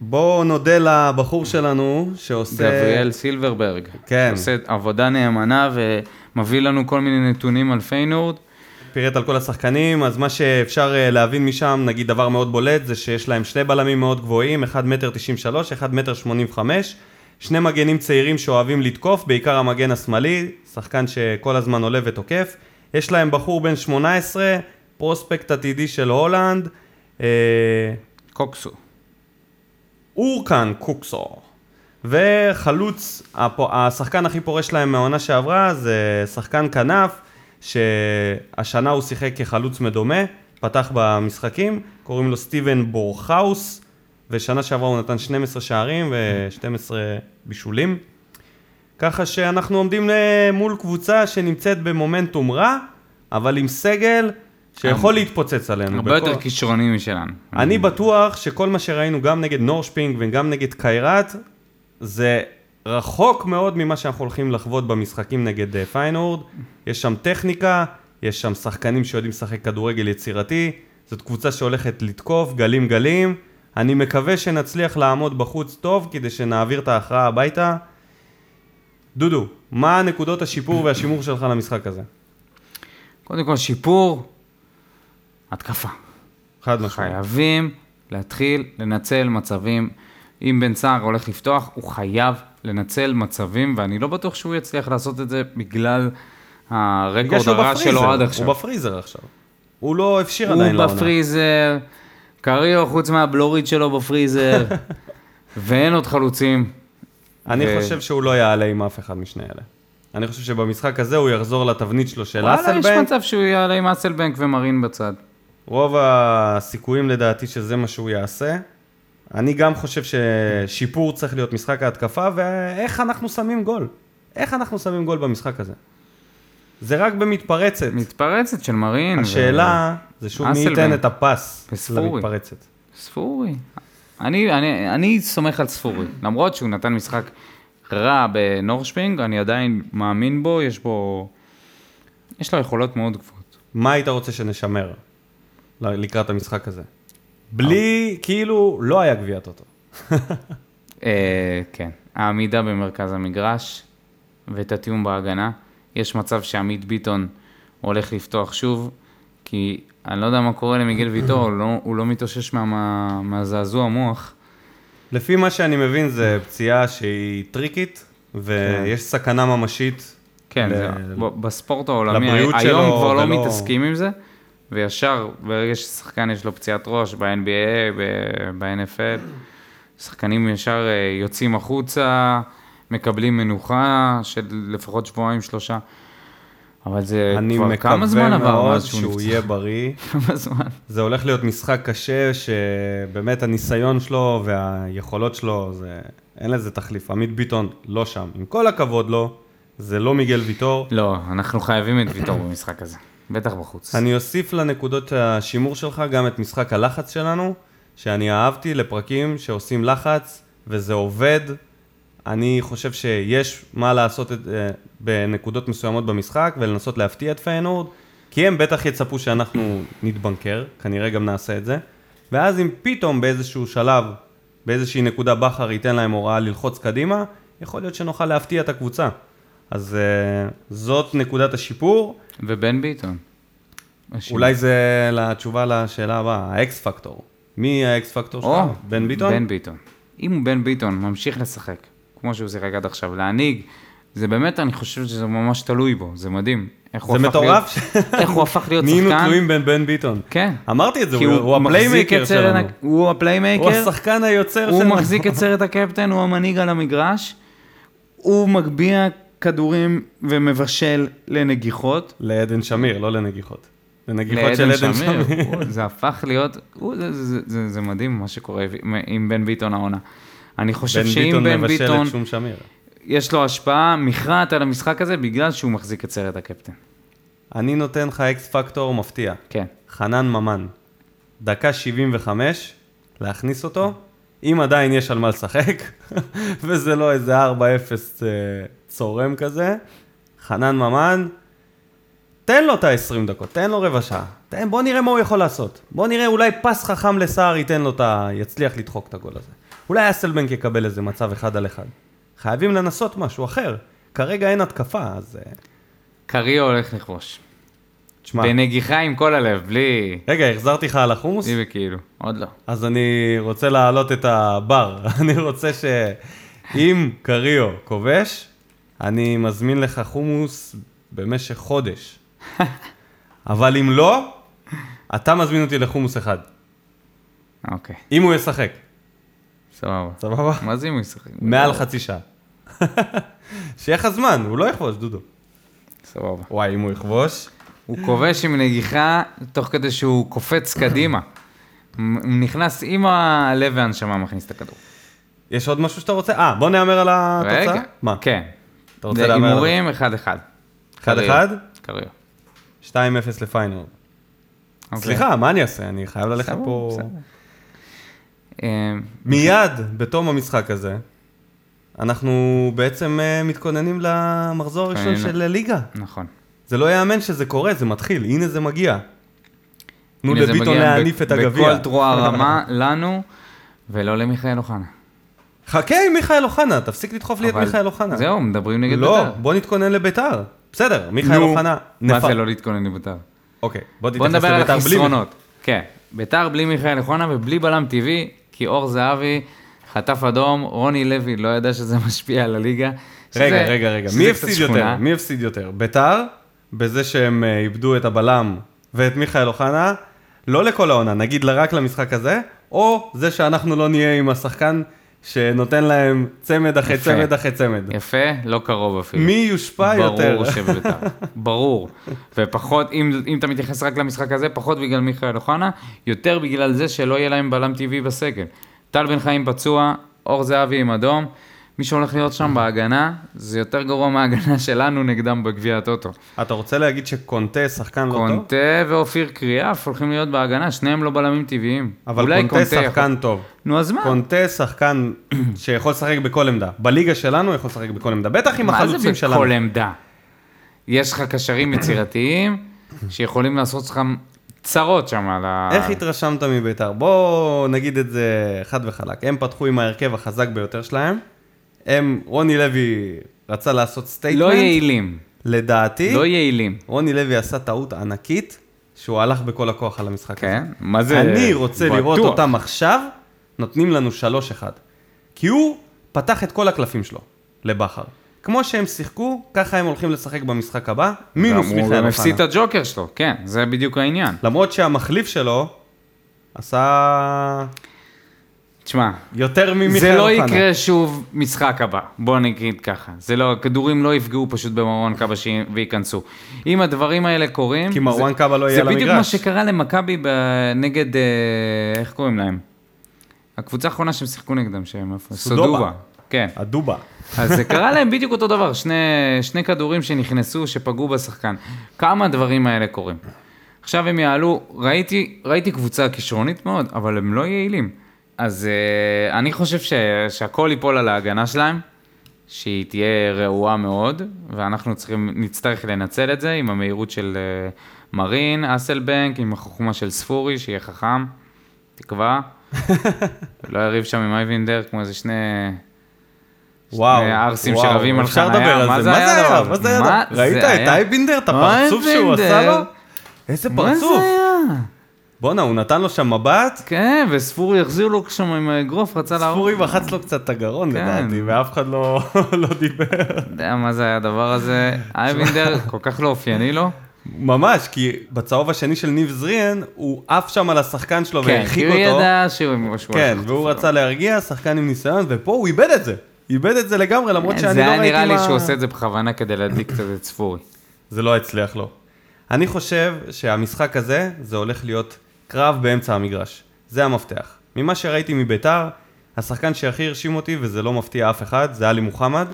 בואו נודה לבחור שלנו, שעושה...
גבריאל סילברברג.
כן.
עושה עבודה נאמנה ומביא לנו כל מיני נתונים על פיינורד.
פירט על כל השחקנים, אז מה שאפשר אה, להבין משם, נגיד דבר מאוד בולט, זה שיש להם שני בלמים מאוד גבוהים, 1 מטר 93, 1 מטר 85, שני מגנים צעירים שאוהבים לתקוף, בעיקר המגן השמאלי, שחקן שכל הזמן עולה ותוקף. יש להם בחור בן 18, פרוספקט עתידי של הולנד, אה,
קוקסו.
אורקן קוקסו. וחלוץ, הפו- השחקן הכי פורש שלהם מהעונה שעברה זה שחקן כנף, שהשנה הוא שיחק כחלוץ מדומה, פתח במשחקים, קוראים לו סטיבן בורחאוס, ושנה שעברה הוא נתן 12 שערים ו-12 בישולים. ככה שאנחנו עומדים ל- מול קבוצה שנמצאת במומנטום רע, אבל עם סגל שיכול להתפוצץ עלינו.
הרבה
בכל-
יותר כישרוני משלנו. Mm.
אני בטוח שכל מה שראינו גם נגד נורשפינג וגם נגד קיירת, זה רחוק מאוד ממה שאנחנו הולכים לחוות במשחקים נגד אה, פיינורד. יש שם טכניקה, יש שם שחקנים שיודעים לשחק כדורגל יצירתי, זאת קבוצה שהולכת לתקוף גלים גלים. אני מקווה שנצליח לעמוד בחוץ טוב כדי שנעביר את ההכרעה הביתה. דודו, מה נקודות השיפור והשימור שלך למשחק הזה?
קודם כל, שיפור, התקפה.
חד משמעית.
חייבים להתחיל לנצל מצבים. אם בן סער הולך לפתוח, הוא חייב לנצל מצבים, ואני לא בטוח שהוא יצליח לעשות את זה
בגלל
בגלל הרקורד
שהוא
הרע
בפריזר,
שלו עד עכשיו.
הוא בפריזר עכשיו. הוא לא הפשיר
הוא
עדיין לעונה.
בפריזר, קריו חוץ מהבלורית שלו בפריזר, ואין עוד חלוצים.
אני
ו-
חושב שהוא לא יעלה עם אף אחד משני אלה. אני חושב שבמשחק הזה הוא יחזור לתבנית שלו של
וואלה, יש
אסלבנק.
מצב שהוא יעלה עם אסלבנק ומרין בצד.
רוב הסיכויים לדעתי שזה מה שהוא יעשה. אני גם חושב ששיפור צריך להיות משחק ההתקפה, ואיך אנחנו שמים גול. איך אנחנו שמים גול במשחק הזה? זה רק במתפרצת.
מתפרצת של מרין. ו-
השאלה זה שוב מי ייתן
אסלבנק.
את הפס
וספורי.
למתפרצת.
ספורי. אני, אני, אני סומך על ספורי, למרות שהוא נתן משחק רע בנורשפינג, אני עדיין מאמין בו, יש בו... יש לו יכולות מאוד גבוהות.
מה היית רוצה שנשמר ל- לקראת המשחק הזה? בלי, כאילו, לא היה גביע טוטו.
אה, כן, העמידה במרכז המגרש ואת התיאום בהגנה. יש מצב שעמית ביטון הולך לפתוח שוב, כי אני לא יודע מה קורה למיגל ויטור, הוא לא, הוא לא מתאושש מה- מה, מהזעזוע מוח.
לפי מה שאני מבין, זה פציעה שהיא טריקית, ויש סכנה ממשית.
כן,
ל-
זה, ב- בספורט העולמי,
לבריאות
היום
שלו
כבר לא
ולא-
מתעסקים עם זה, וישר, ברגע ששחקן יש לו פציעת ראש, ב-NBA, ב- ב-NFL, שחקנים ישר אה, יוצאים החוצה, מקבלים מנוחה של לפחות שבועיים, שלושה. אבל זה
אני
כבר כמה זמן
מקווה
עבר
מאוד
מאז שהוא
שהוא
נפצע?
יהיה בריא.
כמה זמן?
זה הולך להיות משחק קשה, שבאמת הניסיון שלו והיכולות שלו, זה... אין לזה תחליף. עמית ביטון לא שם. עם כל הכבוד לו, זה לא מיגל ויטור.
לא, אנחנו חייבים את ויטור במשחק הזה, בטח בחוץ.
אני אוסיף לנקודות השימור שלך גם את משחק הלחץ שלנו, שאני אהבתי לפרקים שעושים לחץ וזה עובד. אני חושב שיש מה לעשות את, אה, בנקודות מסוימות במשחק ולנסות להפתיע את פיינורד, כי הם בטח יצפו שאנחנו נתבנקר, כנראה גם נעשה את זה, ואז אם פתאום באיזשהו שלב באיזושהי נקודה בכר ייתן להם הוראה ללחוץ קדימה, יכול להיות שנוכל להפתיע את הקבוצה. אז אה, זאת נקודת השיפור,
ובן ביטון.
אולי זה לתשובה לשאלה הבאה, האקס פקטור. מי האקס פקטור שלך?
או,
בן ביטון?
בן ביטון. אם הוא בן ביטון ממשיך לשחק, כמו שהוא שיחק עד עכשיו, להנהיג, זה באמת, אני חושב שזה ממש תלוי בו, זה מדהים. איך הוא
זה
הפך
מטורף.
להיות- איך הוא הפך להיות שחקן.
נהיינו תלויים בן בן ביטון.
כן.
אמרתי את זה,
כי
הוא הוא
מחזיק
הפליימייקר
את סרט
שלנו.
ה- הוא הפליימייקר.
הוא השחקן היוצר שלנו.
הוא מחזיק את סרט הקפטן, הוא המנהיג על המגרש, הוא מגביה כדורים ומבשל לנגיחות.
לעדן שמיר, לא לנגיחות. לנגיחות של
לעדן
עדן
שמיר,
שמיר.
הוא- זה הפך להיות, הוא- זה- זה- זה זה מדהים מה שקורה עם- עם בן ביטון העונה. אני חושב
בן
שאם
ביטון
בן
מבשל
ביטון,
את שום שמיר.
יש לו השפעה מכרעת על המשחק הזה, בגלל שהוא מחזיק את סרט הקפטן.
אני נותן לך אקס פקטור מפתיע.
כן.
חנן ממן. דקה 75, להכניס אותו, אם עדיין יש על מה לשחק, וזה לא איזה 4-0 אה, צורם כזה. חנן ממן, תן לו את ה-20 דקות, תן לו רבע שעה. תן, בוא נראה מה הוא יכול לעשות. בוא נראה, אולי פס חכם לסער ייתן לו את ה... יצליח לדחוק את הגול הזה. אולי אסלבנק יקבל איזה מצב אחד על אחד. חייבים לנסות משהו אחר. כרגע אין התקפה, אז... אה,
קריו הולך לכבוש.
תשמע,
בנגיחה עם כל הלב, בלי...
רגע, החזרתי לך על החומוס?
בלי וכאילו, עוד לא.
אז אני רוצה להעלות את הבר. אני רוצה שאם קריו כובש, אני מזמין לך חומוס במשך חודש. אבל אם לא, אתה מזמין אותי לחומוס אחד.
אוקיי,
אם הוא ישחק,
סבבה.
סבבה?
מה זה אם הוא ישחק?
מעל חצי שעה. שיהיה לך זמן, הוא לא יכבוש, דודו.
סבבה.
וואי, אם הוא יכבוש...
הוא כובש עם נגיחה, תוך כדי שהוא קופץ קדימה. מ- נכנס עם הלב והנשמה, מכניס את הכדור.
יש עוד משהו שאתה רוצה? אה, בוא נהמר על התוצאה?
רגע.
מה?
כן.
אתה רוצה
זה
להמר על
הימורים, אחד אחד.
אחד אחד?
קריו.
2-0 לפיינל.
אוקיי.
סליחה, מה אני אעשה? אני חייב ללכת
סבבה,
פה...
בסדר. אה,
מיד בתום המשחק הזה, אנחנו בעצם אה, מתכוננים למחזור הראשון
מתכוננים.
של הליגה.
נכון.
זה לא ייאמן שזה קורה, זה מתחיל, הנה זה מגיע. תנו
הנה זה
לביטון
מגיע
להניף
ב-
את הגביע.
בכל תרועה רמה לנו, ולא למיכאל אוחנה.
חכה עם מיכאל אוחנה, תפסיק לדחוף לי את
אבל
אה, מיכאל אוחנה.
זהו, מדברים נגד
לא,
בית"ר.
בוא נתכונן לביתר. בסדר, מיכאל
נו,
אוחנה,
מה
נפל.
זה לא להתכונן לבית"ר?
אוקיי, בוא
בוא
תתייחס לביתר
נדבר
בלי...
על החסרונות. כן, ביתר בלי מיכאל אוחנה ובלי בלם טבעי, כי אור זהבי חטף אדום, רוני לוי לא ידע שזה משפיע על הליגה.
רגע,
שזה-
רגע, רגע,
שזה
מי
קצת
הפסיד יותר?
שכונה.
מי הפסיד יותר? ביתר, בזה שהם אה, איבדו את הבלם ואת מיכאל אוחנה, לא לכל העונה, נגיד לה- רק למשחק הזה, או זה שאנחנו לא נהיה עם השחקן שנותן להם צמד אחרי
יפה.
צמד אחרי צמד.
יפה, לא קרוב אפילו.
מי יושפע יותר?
ברור שבביתר, ברור. ופחות, אם, אם אתה מתייחס רק למשחק הזה, פחות בגלל מיכאל אוחנה, יותר בגלל זה שלא יהיה להם בלם טבעי בסגל. טל בן חיים פצוע, אור זהבי עם אדום, מי שהולך להיות שם בהגנה, זה יותר גרוע מההגנה שלנו נגדם בגביע הטוטו.
אתה רוצה להגיד שקונטה שחקן לא טוב?
קונטה ואופיר קריאף הולכים להיות בהגנה, שניהם לא בלמים טבעיים.
אבל
אולי
קונטה
יכול-
שחקן טוב.
נו אז מה?
קונטה שחקן שיכול לשחק בכל עמדה. בליגה שלנו יכול לשחק בכל עמדה, בטח עם
מה זה
החלוצים שלנו.
בכל עמדה? יש לך קשרים יצירתיים שיכולים לעשות לך צרות שם על ה...
איך התרשמת מביתר? בוא נגיד את זה חד וחלק. הם פתחו עם ההרכב החזק ביותר שלהם. הם, רוני לוי רצה לעשות סטייטמנט.
לא יעילים,
לדעתי,
לא יעילים.
רוני לוי עשה טעות ענקית, שהוא הלך בכל הכוח על המשחק
כן,
הזה.
מה זה?
אני רוצה
בטוח.
לראות אותם עכשיו, נותנים לנו 3-1. כי הוא פתח את כל הקלפים שלו, לבכר. כמו שהם שיחקו, ככה הם הולכים לשחק במשחק הבא, מינוס מיכאל
הוא
אוחנה.
גם הפסיד את הג'וקר שלו, כן, זה בדיוק העניין.
למרות שהמחליף שלו עשה
תשמע,
יותר ממיכאל
זה לא
אוחנה.
יקרה שוב משחק הבא, בוא נגיד ככה. זה לא, הכדורים לא יפגעו פשוט במרואן קאבה ש- וייכנסו. אם הדברים האלה קורים...
כי מרואן
זה-
קאבה לא יהיה על
זה בדיוק
המגרש.
מה שקרה למכבי ב- נגד, אה, איך קוראים להם? הקבוצה האחרונה שהם שיחקו נגדם, שהם איפה?
סודובה.
כן.
הדובה.
אז זה קרה להם בדיוק אותו דבר, שני, שני כדורים שנכנסו, שפגעו בשחקן. כמה הדברים האלה קורים. עכשיו הם יעלו, ראיתי, ראיתי קבוצה כישרונית מאוד, אבל הם לא יעילים. אז uh, אני חושב ש, שהכל ייפול על ההגנה שלהם, שהיא תהיה רעועה מאוד, ואנחנו צריכים, נצטרך לנצל את זה עם אה, המהירות של uh, מרין, אסלבנק, עם החוכמה של ספורי, שיהיה חכם, תקווה. לא יריב שם עם אייבינדר כמו איזה שני...
וואו,
שני אה, ערסים
וואו,
שרבים על
אפשר
חנייה,
לדבר על
מה
זה,
זה
מה
היה
זה היה?
הדבר?
מה זה היה?
מה זה
ראית
היה?
את אייבינדר, את הפרצוף שהוא עשה
אייבינדר?
לו? איזה
מה זה
פרצוף.
היה?
בואנה, הוא נתן לו שם מבט,
כן, וספורי החזיר לו שם עם האגרוף, רצה להרוג.
ספורי בחץ לו קצת את הגרון
לא. כן.
לדעתי, ואף אחד לא לא דיבר.
יודע מה זה היה הדבר הזה, אייבינדר כל כך לא אופייני לו.
ממש, כי בצהוב השני של ניב זריאן, הוא עף שם על השחקן שלו
כן,
והרחיק
כי
אותו.
הוא ידע שהוא עם משהו.
כן, והוא רצה להרגיע, שחקן עם ניסיון, ופה הוא איבד את זה. איבד את זה לגמרי, למרות שאני
זה
לא ראיתי
היה
מה...
נראה לי שהוא עושה את זה בכוונה כדי להדליק קצת את ספורי.
זה לא הצליח לו. אני חושב שהמשחק הזה, זה הולך להיות קרב באמצע המגרש. זה המפתח. ממה שראיתי מביתר, השחקן שהכי הרשים אותי, וזה לא מפתיע אף אחד, זה עלי מוחמד.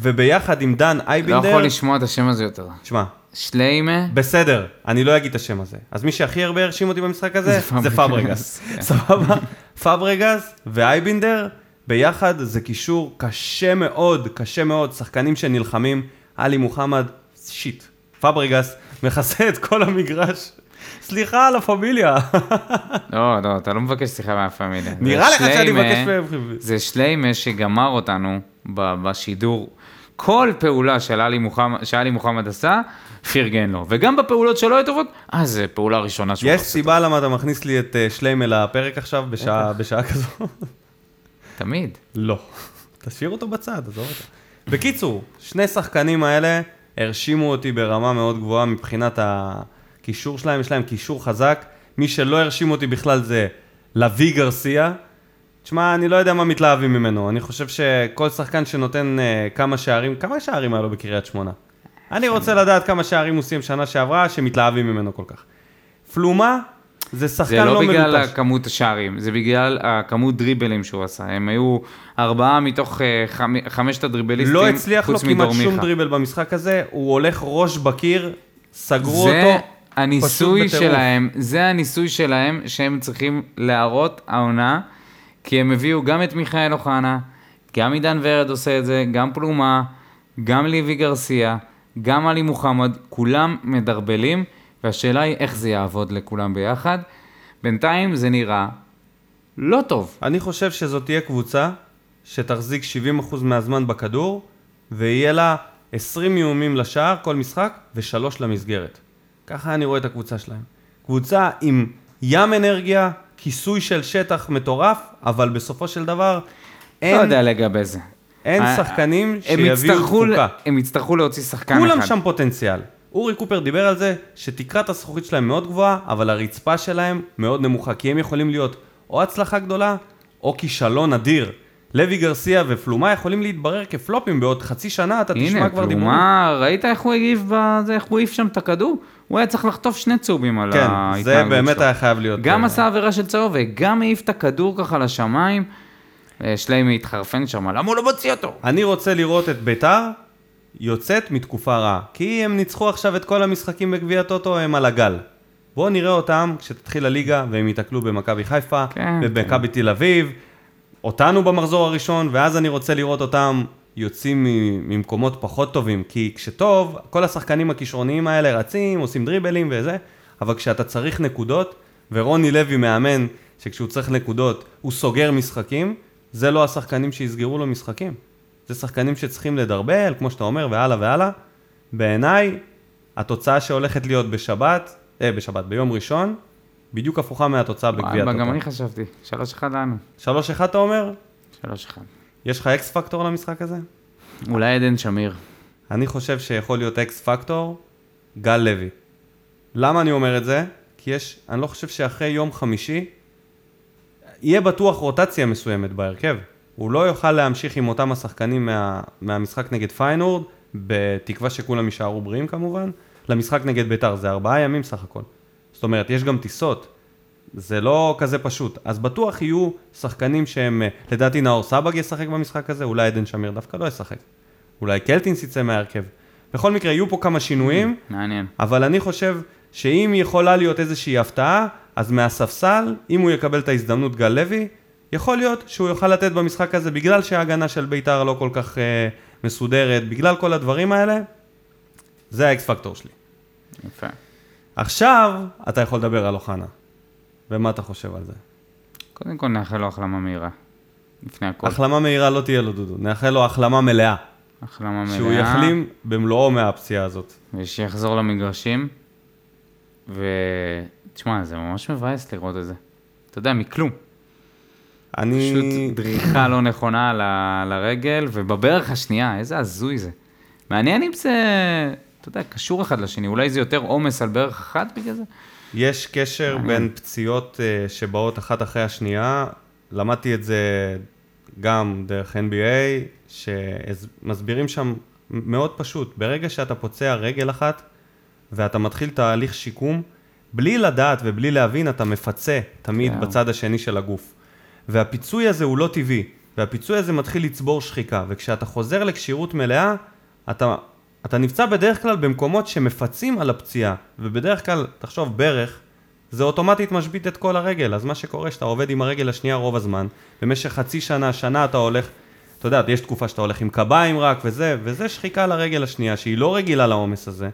וביחד עם דן
לא
אייבינדר...
יכול לשמוע את השם הזה יותר.
שמע,
שליימה?
בסדר, אני לא אגיד את השם הזה. אז מי שהכי הרבה הרשים אותי במשחק הזה,
זה
זה
פאברגס.
פאברגס. סבבה? פאברגס ואייבינדר ביחד זה קישור קשה מאוד, קשה מאוד, שחקנים שנלחמים, עלי מוחמד, שיט. פאברגס מכסה את כל המגרש. סליחה על הפמיליה.
לא, לא, אתה לא מבקש סליחה מהפמיליה.
נראה
זה
לך שאני
שליימה-
מבקש מהם.
זה שליימה שגמר אותנו ב- בשידור. כל פעולה של עלי מוחמד- שאלי מוחמד עשה, פרגן לו. וגם בפעולות שלא היו טובות, אה, זו פעולה ראשונה שהוא
יש
עושה.
סיבה למה אתה מכניס לי את אה, שליימה לפרק עכשיו בשעה בשעה כזו?
תמיד.
לא. תשאיר אותו בצד, עזוב אותו. בקיצור, שני שחקנים האלה הרשימו אותי ברמה מאוד גבוהה מבחינת הקישור שלהם, יש להם קישור חזק. מי שלא הרשים אותי בכלל זה לוי גרסיה. תשמע, אני לא יודע מה מתלהבים ממנו. אני חושב שכל שחקן שנותן uh, כמה שערים, כמה שערים היה לו בקריית שמונה? אני רוצה לדעת כמה שערים הוא סיים שנה שעברה, שמתלהבים ממנו כל כך. פלומה, זה שחקן
זה
לא
לא
מלוטש.
בגלל הכמות השערים, זה בגלל הכמות דריבלים שהוא עשה. הם היו ארבעה מתוך אה, חמ- חמשת הדריבליסטים,
לא הצליח לו
חוץ
כמעט
מדורמיכה.
שום דריבל במשחק הזה, הוא הולך ראש בקיר, סגרו
זה
אותו.
הניסוי
פשוט בטירוף.
שלהם, זה הניסוי שלהם שהם צריכים להראות העונה, כי הם הביאו גם את מיכאל אוחנה, גם עידן ורד עושה את זה, גם פלומה, גם ליבי גרסיה, גם עלי מוחמד, כולם מדרבלים, והשאלה היא איך זה יעבוד לכולם ביחד. בינתיים זה נראה לא טוב.
אני חושב שזאת תהיה קבוצה שתחזיק 70% מהזמן בכדור, ויהיה לה 20 איומים לשער כל משחק, ושלוש למסגרת. ככה אני רואה את הקבוצה שלהם. קבוצה עם ים אנרגיה, כיסוי של שטח מטורף, אבל בסופו של דבר
לא
אין,
יודע לגבי זה.
אין
אה,
שחקנים
הם
שיביאו
יצטרכו-
תפוקה.
הם יצטרכו להוציא שחקן אחד.
כולם שם פוטנציאל. אורי קופר דיבר על זה שתקרת הזכוכית שלהם מאוד גבוהה, אבל הרצפה שלהם מאוד נמוכה, כי הם יכולים להיות או הצלחה גדולה, או כישלון אדיר. לוי גרסיה ופלומה יכולים להתברר כפלופים בעוד חצי שנה, אתה תשמע
הנה,
כבר דיבורים.
פלומה, ראית איך הוא הגיב בזה, איך הוא העיף שם את הכדור? הוא היה צריך לחטוף שני צהובים על
כן,
ההתנהגות שלו.
זה באמת היה חייב להיות.
גם
אה,
עשה עבירה של צהוב וגם העיף את הכדור ככה לשמיים. אה, שליימי התחרפן שם, למה הוא לא מוציא אותו?
אני רוצה לראות את ביתר יוצאת מתקופה רעה. כי הם ניצחו עכשיו את כל המשחקים בגביע הטוטו, הם על הגל. בואו נראה אותם כשתתחיל הליגה והם ייתקלו במכבי חיפה,
כן,
ובמכבי תל אביב, אותנו במחזור הראשון, ואז אני רוצה לראות אותם יוצאים מ- ממקומות פחות טובים. כי כשטוב, כל השחקנים הכישרוניים האלה רצים, עושים דריבלים וזה, אבל כשאתה צריך נקודות, ורוני לוי מאמן שכשהוא צריך נקודות הוא סוגר משחקים, זה לא השחקנים שיסגרו לו משחקים. זה שחקנים שצריכים לדרבל, כמו שאתה אומר, והלאה והלאה. בעיניי, התוצאה שהולכת להיות בשבת, אה, בשבת, ביום ראשון, בדיוק הפוכה מהתוצאה בגביע
אבא, גם אני
הטוטו.
חשבתי, 3-1 לנו,
3-1 אתה אומר?
3-1.
יש לך אקס פקטור למשחק הזה?
אולי עדן שמיר.
אני חושב שיכול להיות אקס פקטור גל לוי. למה אני אומר את זה? כי יש, אני לא חושב שאחרי יום חמישי, יהיה בטוח רוטציה מסוימת בהרכב. הוא לא יוכל להמשיך עם אותם השחקנים מה, מהמשחק נגד פיינורד, בתקווה שכולם יישארו בריאים כמובן, למשחק נגד ביתר, זה ארבעה ימים סך הכל. זאת אומרת, יש גם טיסות, זה לא כזה פשוט. אז בטוח יהיו שחקנים שהם, אה, לדעתי נאור סבג ישחק במשחק הזה, אולי עדן שמיר דווקא לא ישחק. אולי קלטינס יצא מההרכב. בכל מקרה, יהיו פה כמה שינויים,
מעניין.
אבל אני חושב שאם יכולה להיות איזושהי הפתעה, אז מהספסל, אם הוא יקבל את ההזדמנות גל לוי, יכול להיות שהוא יוכל לתת במשחק הזה, בגלל שההגנה של בית"ר לא כל כך אה, מסודרת, בגלל כל הדברים האלה, זה האקס פקטור שלי.
יפה.
עכשיו, אתה יכול לדבר על אוחנה. ומה אתה חושב על זה?
קודם כל נאחל לו החלמה מהירה. לפני הכל.
החלמה מהירה לא תהיה לו, דודו. נאחל לו החלמה מלאה.
החלמה מלאה.
שהוא יחלים במלואו מהפציעה הזאת.
ושיחזור למגרשים. ו... תשמע, זה ממש מבאס לראות את זה. אתה יודע, מכלום.
אני...
פשוט דריכה לא נכונה ל- לרגל, ובברך השנייה, איזה הזוי זה. מעניין אם זה, אתה יודע, קשור אחד לשני, אולי זה יותר עומס על ברך אחת בגלל זה?
יש קשר בין פציעות אה, שבאות אחת אחרי השנייה, למדתי את זה גם דרך NBA, שמסבירים שם מאוד פשוט, ברגע שאתה פוצע רגל אחת ואתה מתחיל תהליך שיקום, בלי לדעת ובלי להבין, אתה מפצה תמיד
כן.
בצד השני של הגוף. והפיצוי הזה הוא לא טבעי, והפיצוי הזה מתחיל לצבור שחיקה, וכשאתה חוזר לכשירות מלאה, אתה, אתה נפצע בדרך כלל במקומות שמפצים על הפציעה, ובדרך כלל, תחשוב, ברך, זה אוטומטית משבית את כל הרגל, אז מה שקורה, שאתה עובד עם הרגל השנייה רוב הזמן, במשך חצי שנה, שנה אתה הולך, אתה יודע, יש תקופה שאתה הולך עם קביים רק וזה, וזה שחיקה לרגל השנייה, שהיא לא רגילה לעומס הזה.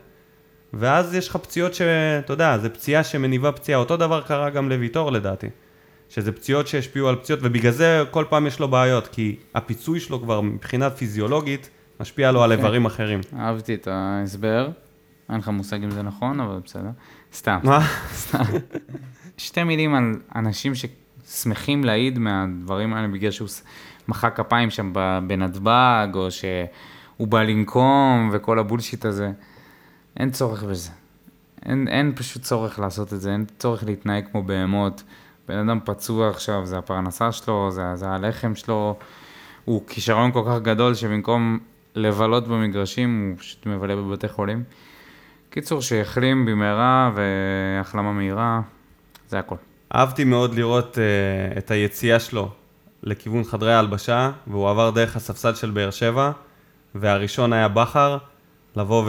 ואז יש לך פציעות ש... אתה יודע, זה פציעה שמניבה פציעה. אותו דבר קרה גם לוויטור לדעתי. שזה פציעות שהשפיעו על פציעות, ובגלל זה כל פעם יש לו בעיות, כי הפיצוי שלו כבר מבחינה פיזיולוגית, משפיע לו על איברים אחרים.
אהבתי את ההסבר, אין לך מושג אם זה נכון, אבל בסדר. סתם,
מה?
סתם. שתי מילים על אנשים ששמחים להעיד מהדברים האלה בגלל שהוא ס- מחא כפיים שם ב- בנתב"ג, או שהוא בא לנקום וכל הבולשיט הזה. אין צורך בזה. אין, אין פשוט צורך לעשות את זה, אין צורך להתנהג כמו בהמות. בן אדם פצוע עכשיו, זה הפרנסה שלו, זה, זה הלחם שלו. הוא כישרון כל כך גדול שבמקום לבלות במגרשים, הוא פשוט מבלה בבתי חולים. קיצור, שיחלים במהרה והחלמה מהירה, זה הכל.
אהבתי מאוד לראות אה, את היציאה שלו לכיוון חדרי ההלבשה, והוא עבר דרך הספסל של באר שבע, והראשון היה בכר, לבוא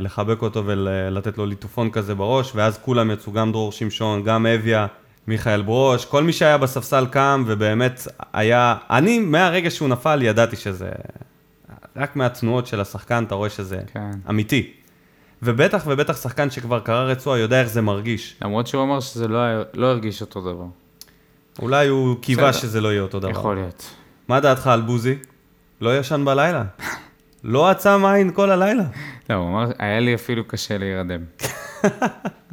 ולחבק אותו ולתת לו ליטופון כזה בראש, ואז כולם יצאו, גם דרור שמשון, גם אביה, מיכאל ברוש, כל מי שהיה בספסל קם, ובאמת היה... אני, מהרגע שהוא נפל, ידעתי שזה... רק מהתנועות של השחקן אתה רואה שזה
כן.
אמיתי. ובטח ובטח שחקן שכבר קרא רצועה יודע איך זה מרגיש.
למרות שהוא אמר שזה לא, היה- לא הרגיש אותו דבר.
אולי הוא קיווה
בסדר.
שזה לא יהיה אותו דבר.
יכול להיות.
מה דעתך על בוזי? לא ישן בלילה. לא עצם עין כל הלילה.
לא, הוא אמר, היה לי אפילו קשה להירדם.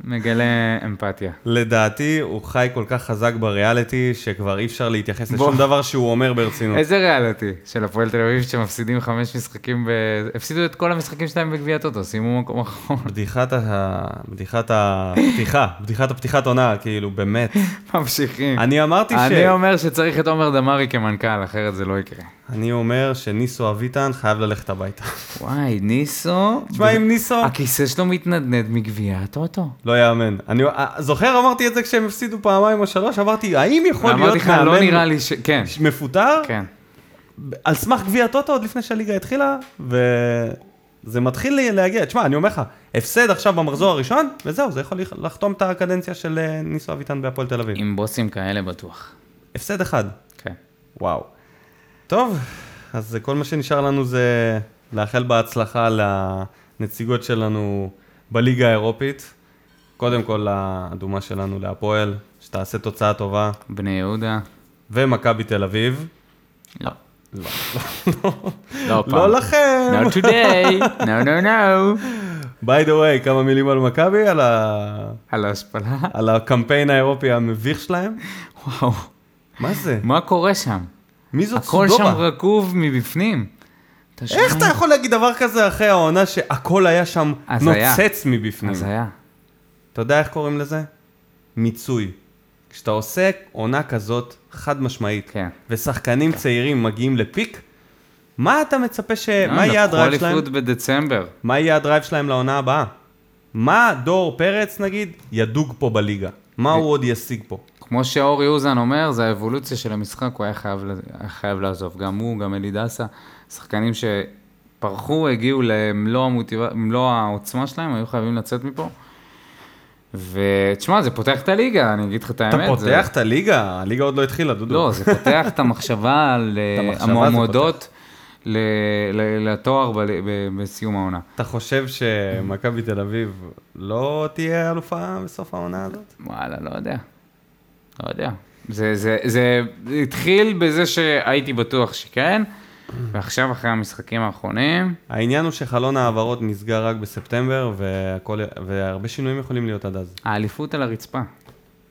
מגלה אמפתיה.
לדעתי, הוא חי כל כך חזק בריאליטי, שכבר אי אפשר להתייחס
בוא.
לשום דבר שהוא אומר ברצינות.
איזה ריאליטי של הפועל תל אביב שמפסידים חמש משחקים ב... הפסידו את כל המשחקים שלהם בגביע הטוטו, סיימו מקום אחרון.
בדיחת ה... בדיחת הפתיחה, בדיחת הפתיחת עונה, כאילו, באמת.
ממשיכים.
אני אמרתי ש...
אני אומר שצריך את עומר דמארי כמנכ"ל, אחרת זה לא יקרה.
אני אומר שניסו אביטן חייב ללכת הביתה.
וואי, ניסו...
תשמע, אם ניסו...
הכיסא שלו מתנדנד מגביע הטוטו.
לא יאמן. אני זוכר אמרתי את זה כשהם הפסידו פעמיים או שלוש, אמרתי, האם יכול להיות
אמרתי לך, לא נראה
מאמן
לי ש... כן,
מפוטר?
כן.
על סמך גביע הטוטו עוד לפני שהליגה התחילה, וזה מתחיל לי להגיע. תשמע, אני אומר לך, הפסד עכשיו במחזור הראשון, וזהו, זה יכול לח- לחתום את הקדנציה של אה, ניסו אביטן בהפועל תל אביב.
עם בוסים כאלה בטוח.
הפסד אחד,
כן.
וואו. טוב, אז כל מה שנשאר לנו זה לאחל בהצלחה לנציגות שלנו בליגה האירופית. קודם כל, לאדומה שלנו להפועל, שתעשה תוצאה טובה,
בני יהודה.
ומכבי תל אביב.
לא. לא.
לא לכם!
Not today. No, no, no.
by the way, כמה מילים על מכבי, על ה...
על ההשפלה.
על הקמפיין האירופי המביך שלהם?
וואו.
מה זה?
מה קורה שם?
מי זאת
הכל
סודובה?
שם רקוב מבפנים.
איך אתה יכול להגיד דבר כזה אחרי העונה שהכל היה שם
הזיה.
נוצץ מבפנים?
אז היה.
אתה יודע איך קוראים לזה? מיצוי. כשאתה עושה עונה כזאת חד משמעית,
כן.
ושחקנים צעירים מגיעים לפיק, מה אתה מצפה ש...
לא,
מה יהיה הדרייב
לקחו
שלהם?
אליפות בדצמבר.
מה יהיה הדרייב שלהם לעונה הבאה? מה דור פרץ, נגיד, ידוג פה בליגה? מה הוא עוד ישיג פה?
כמו שאורי אוזן אומר, זה האבולוציה של המשחק, הוא היה חייב, ל- היה חייב לעזוב. גם הוא, גם אלי דסה, שחקנים שפרחו, הגיעו לא למלוא המוטיבציה, מלוא העוצמה שלהם, היו חייבים לצאת מפה. ותשמע, זה פותח את הליגה, אני אגיד לך את האמת.
אתה
זה...
פותח את הליגה, הליגה עוד לא התחילה, דודו.
לא, זה פותח את המחשבה על אה,
את המחשבה זה
המועמדות ל... ל... לתואר ב... ב... בסיום העונה.
אתה חושב שמכבי תל אביב לא תהיה אלופה בסוף העונה הזאת?
וואלה, לא יודע. לא יודע. זה, זה, זה התחיל בזה שהייתי בטוח שכן, ועכשיו אחרי המשחקים האחרונים,
העניין הוא שחלון ההעברות נסגר רק בספטמבר, והכל, והרבה שינויים יכולים להיות עד אז.
האליפות על הרצפה.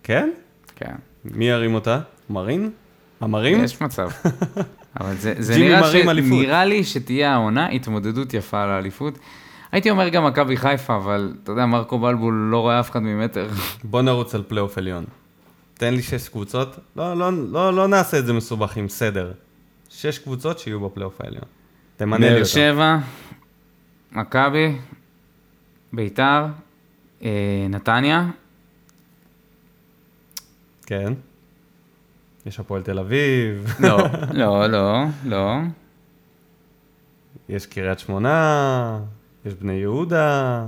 כן?
כן,
מי ירים אותה? מרין? המרים?
יש מצב. אבל זה, זה
ג'ימי
נראה, ש...
מרים אליפות.
נראה לי שתהיה העונה התמודדות יפה על האליפות. הייתי אומר גם מכבי חיפה, אבל אתה יודע, מרקו בלבול לא רואה אף אחד ממטר.
בוא נרוץ על פלייאוף עליון. תן לי שש קבוצות, לא, לא, לא, לא נעשה את זה מסובך עם סדר. שש קבוצות שיהיו בפלייאוף העליון. תמנה לי
באר
אותה.
שבע, מכבי, ביתר, אה, נתניה,
כן. יש הפועל תל אביב,
לא, לא, לא, לא.
יש קריית שמונה, יש בני יהודה,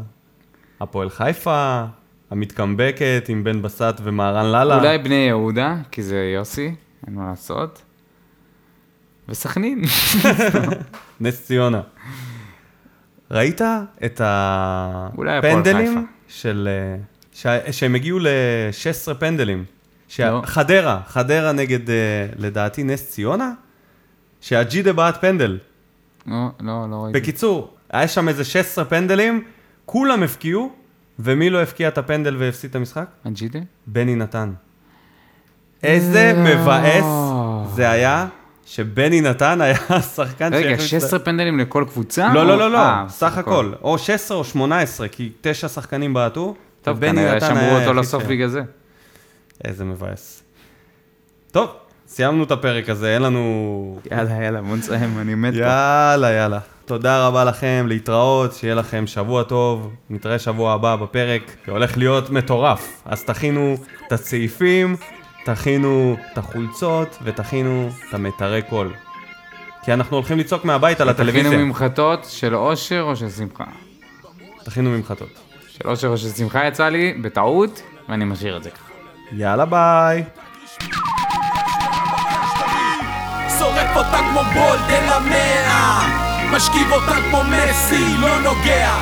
הפועל חיפה, המתקמבקת עם בן בסט ומהרן לאללה.
אולי בני יהודה, כי זה יוסי, אין מה לעשות. וסכנין.
נס ציונה. ראית את
אולי הפועל חיפה.
הפנדלים של... אה, שה- שהם הגיעו ל-16 פנדלים. שה-
לא.
חדרה, חדרה נגד, אה, לדעתי, נס ציונה, שהג'ידה בעט פנדל.
לא, לא, לא ראיתי.
בקיצור, היה שם איזה 16 פנדלים, כולם הפקיעו, ומי לא הפקיע את הפנדל והפסיד את המשחק?
אג'ידה?
בני נתן. איזה
לא.
מבאס זה היה שבני נתן היה השחקן
רגע,
שהכניס את ה-
16 פנדלים לכל קבוצה?
לא,
או-
לא, לא, לא,
אה,
סך הכל. או 16 או 18, כי תשע שחקנים בעטו.
טוב,
ובני
כנראה
נתן
שמרו
היה
אותו
היחיד
לסוף
שהיה.
בגלל זה.
איזה מבאס. טוב, סיימנו את הפרק הזה, אין לנו...
יאללה, יאללה, בוא נסיים, אני מת. פה.
יאללה, יאללה. תודה רבה לכם, להתראות, שיהיה לכם שבוע טוב. נתראה שבוע הבא בפרק, שהולך להיות מטורף. אז תכינו את הסעיפים, תכינו את החולצות ותכינו את המיתרי קול. כי אנחנו הולכים לצעוק מהבית על הטלוויזיה.
תכינו ממחטות של אושר או של שמחה.
תכינו ממחטות.
של אושר או של שמחה יצא לי בטעות, ואני משאיר את זה ככה.
יאללה, ביי.
שורף אותה כמו בולט אל המאה משכיב אותה כמו מסי, לא נוגע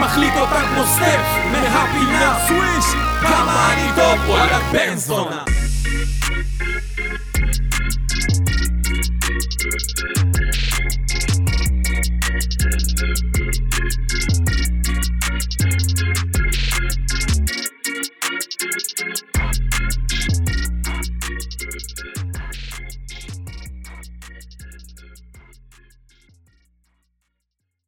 מחליט אותה כמו סטף מהפינה סוויש כמה אני טוב, וואלה בן זונה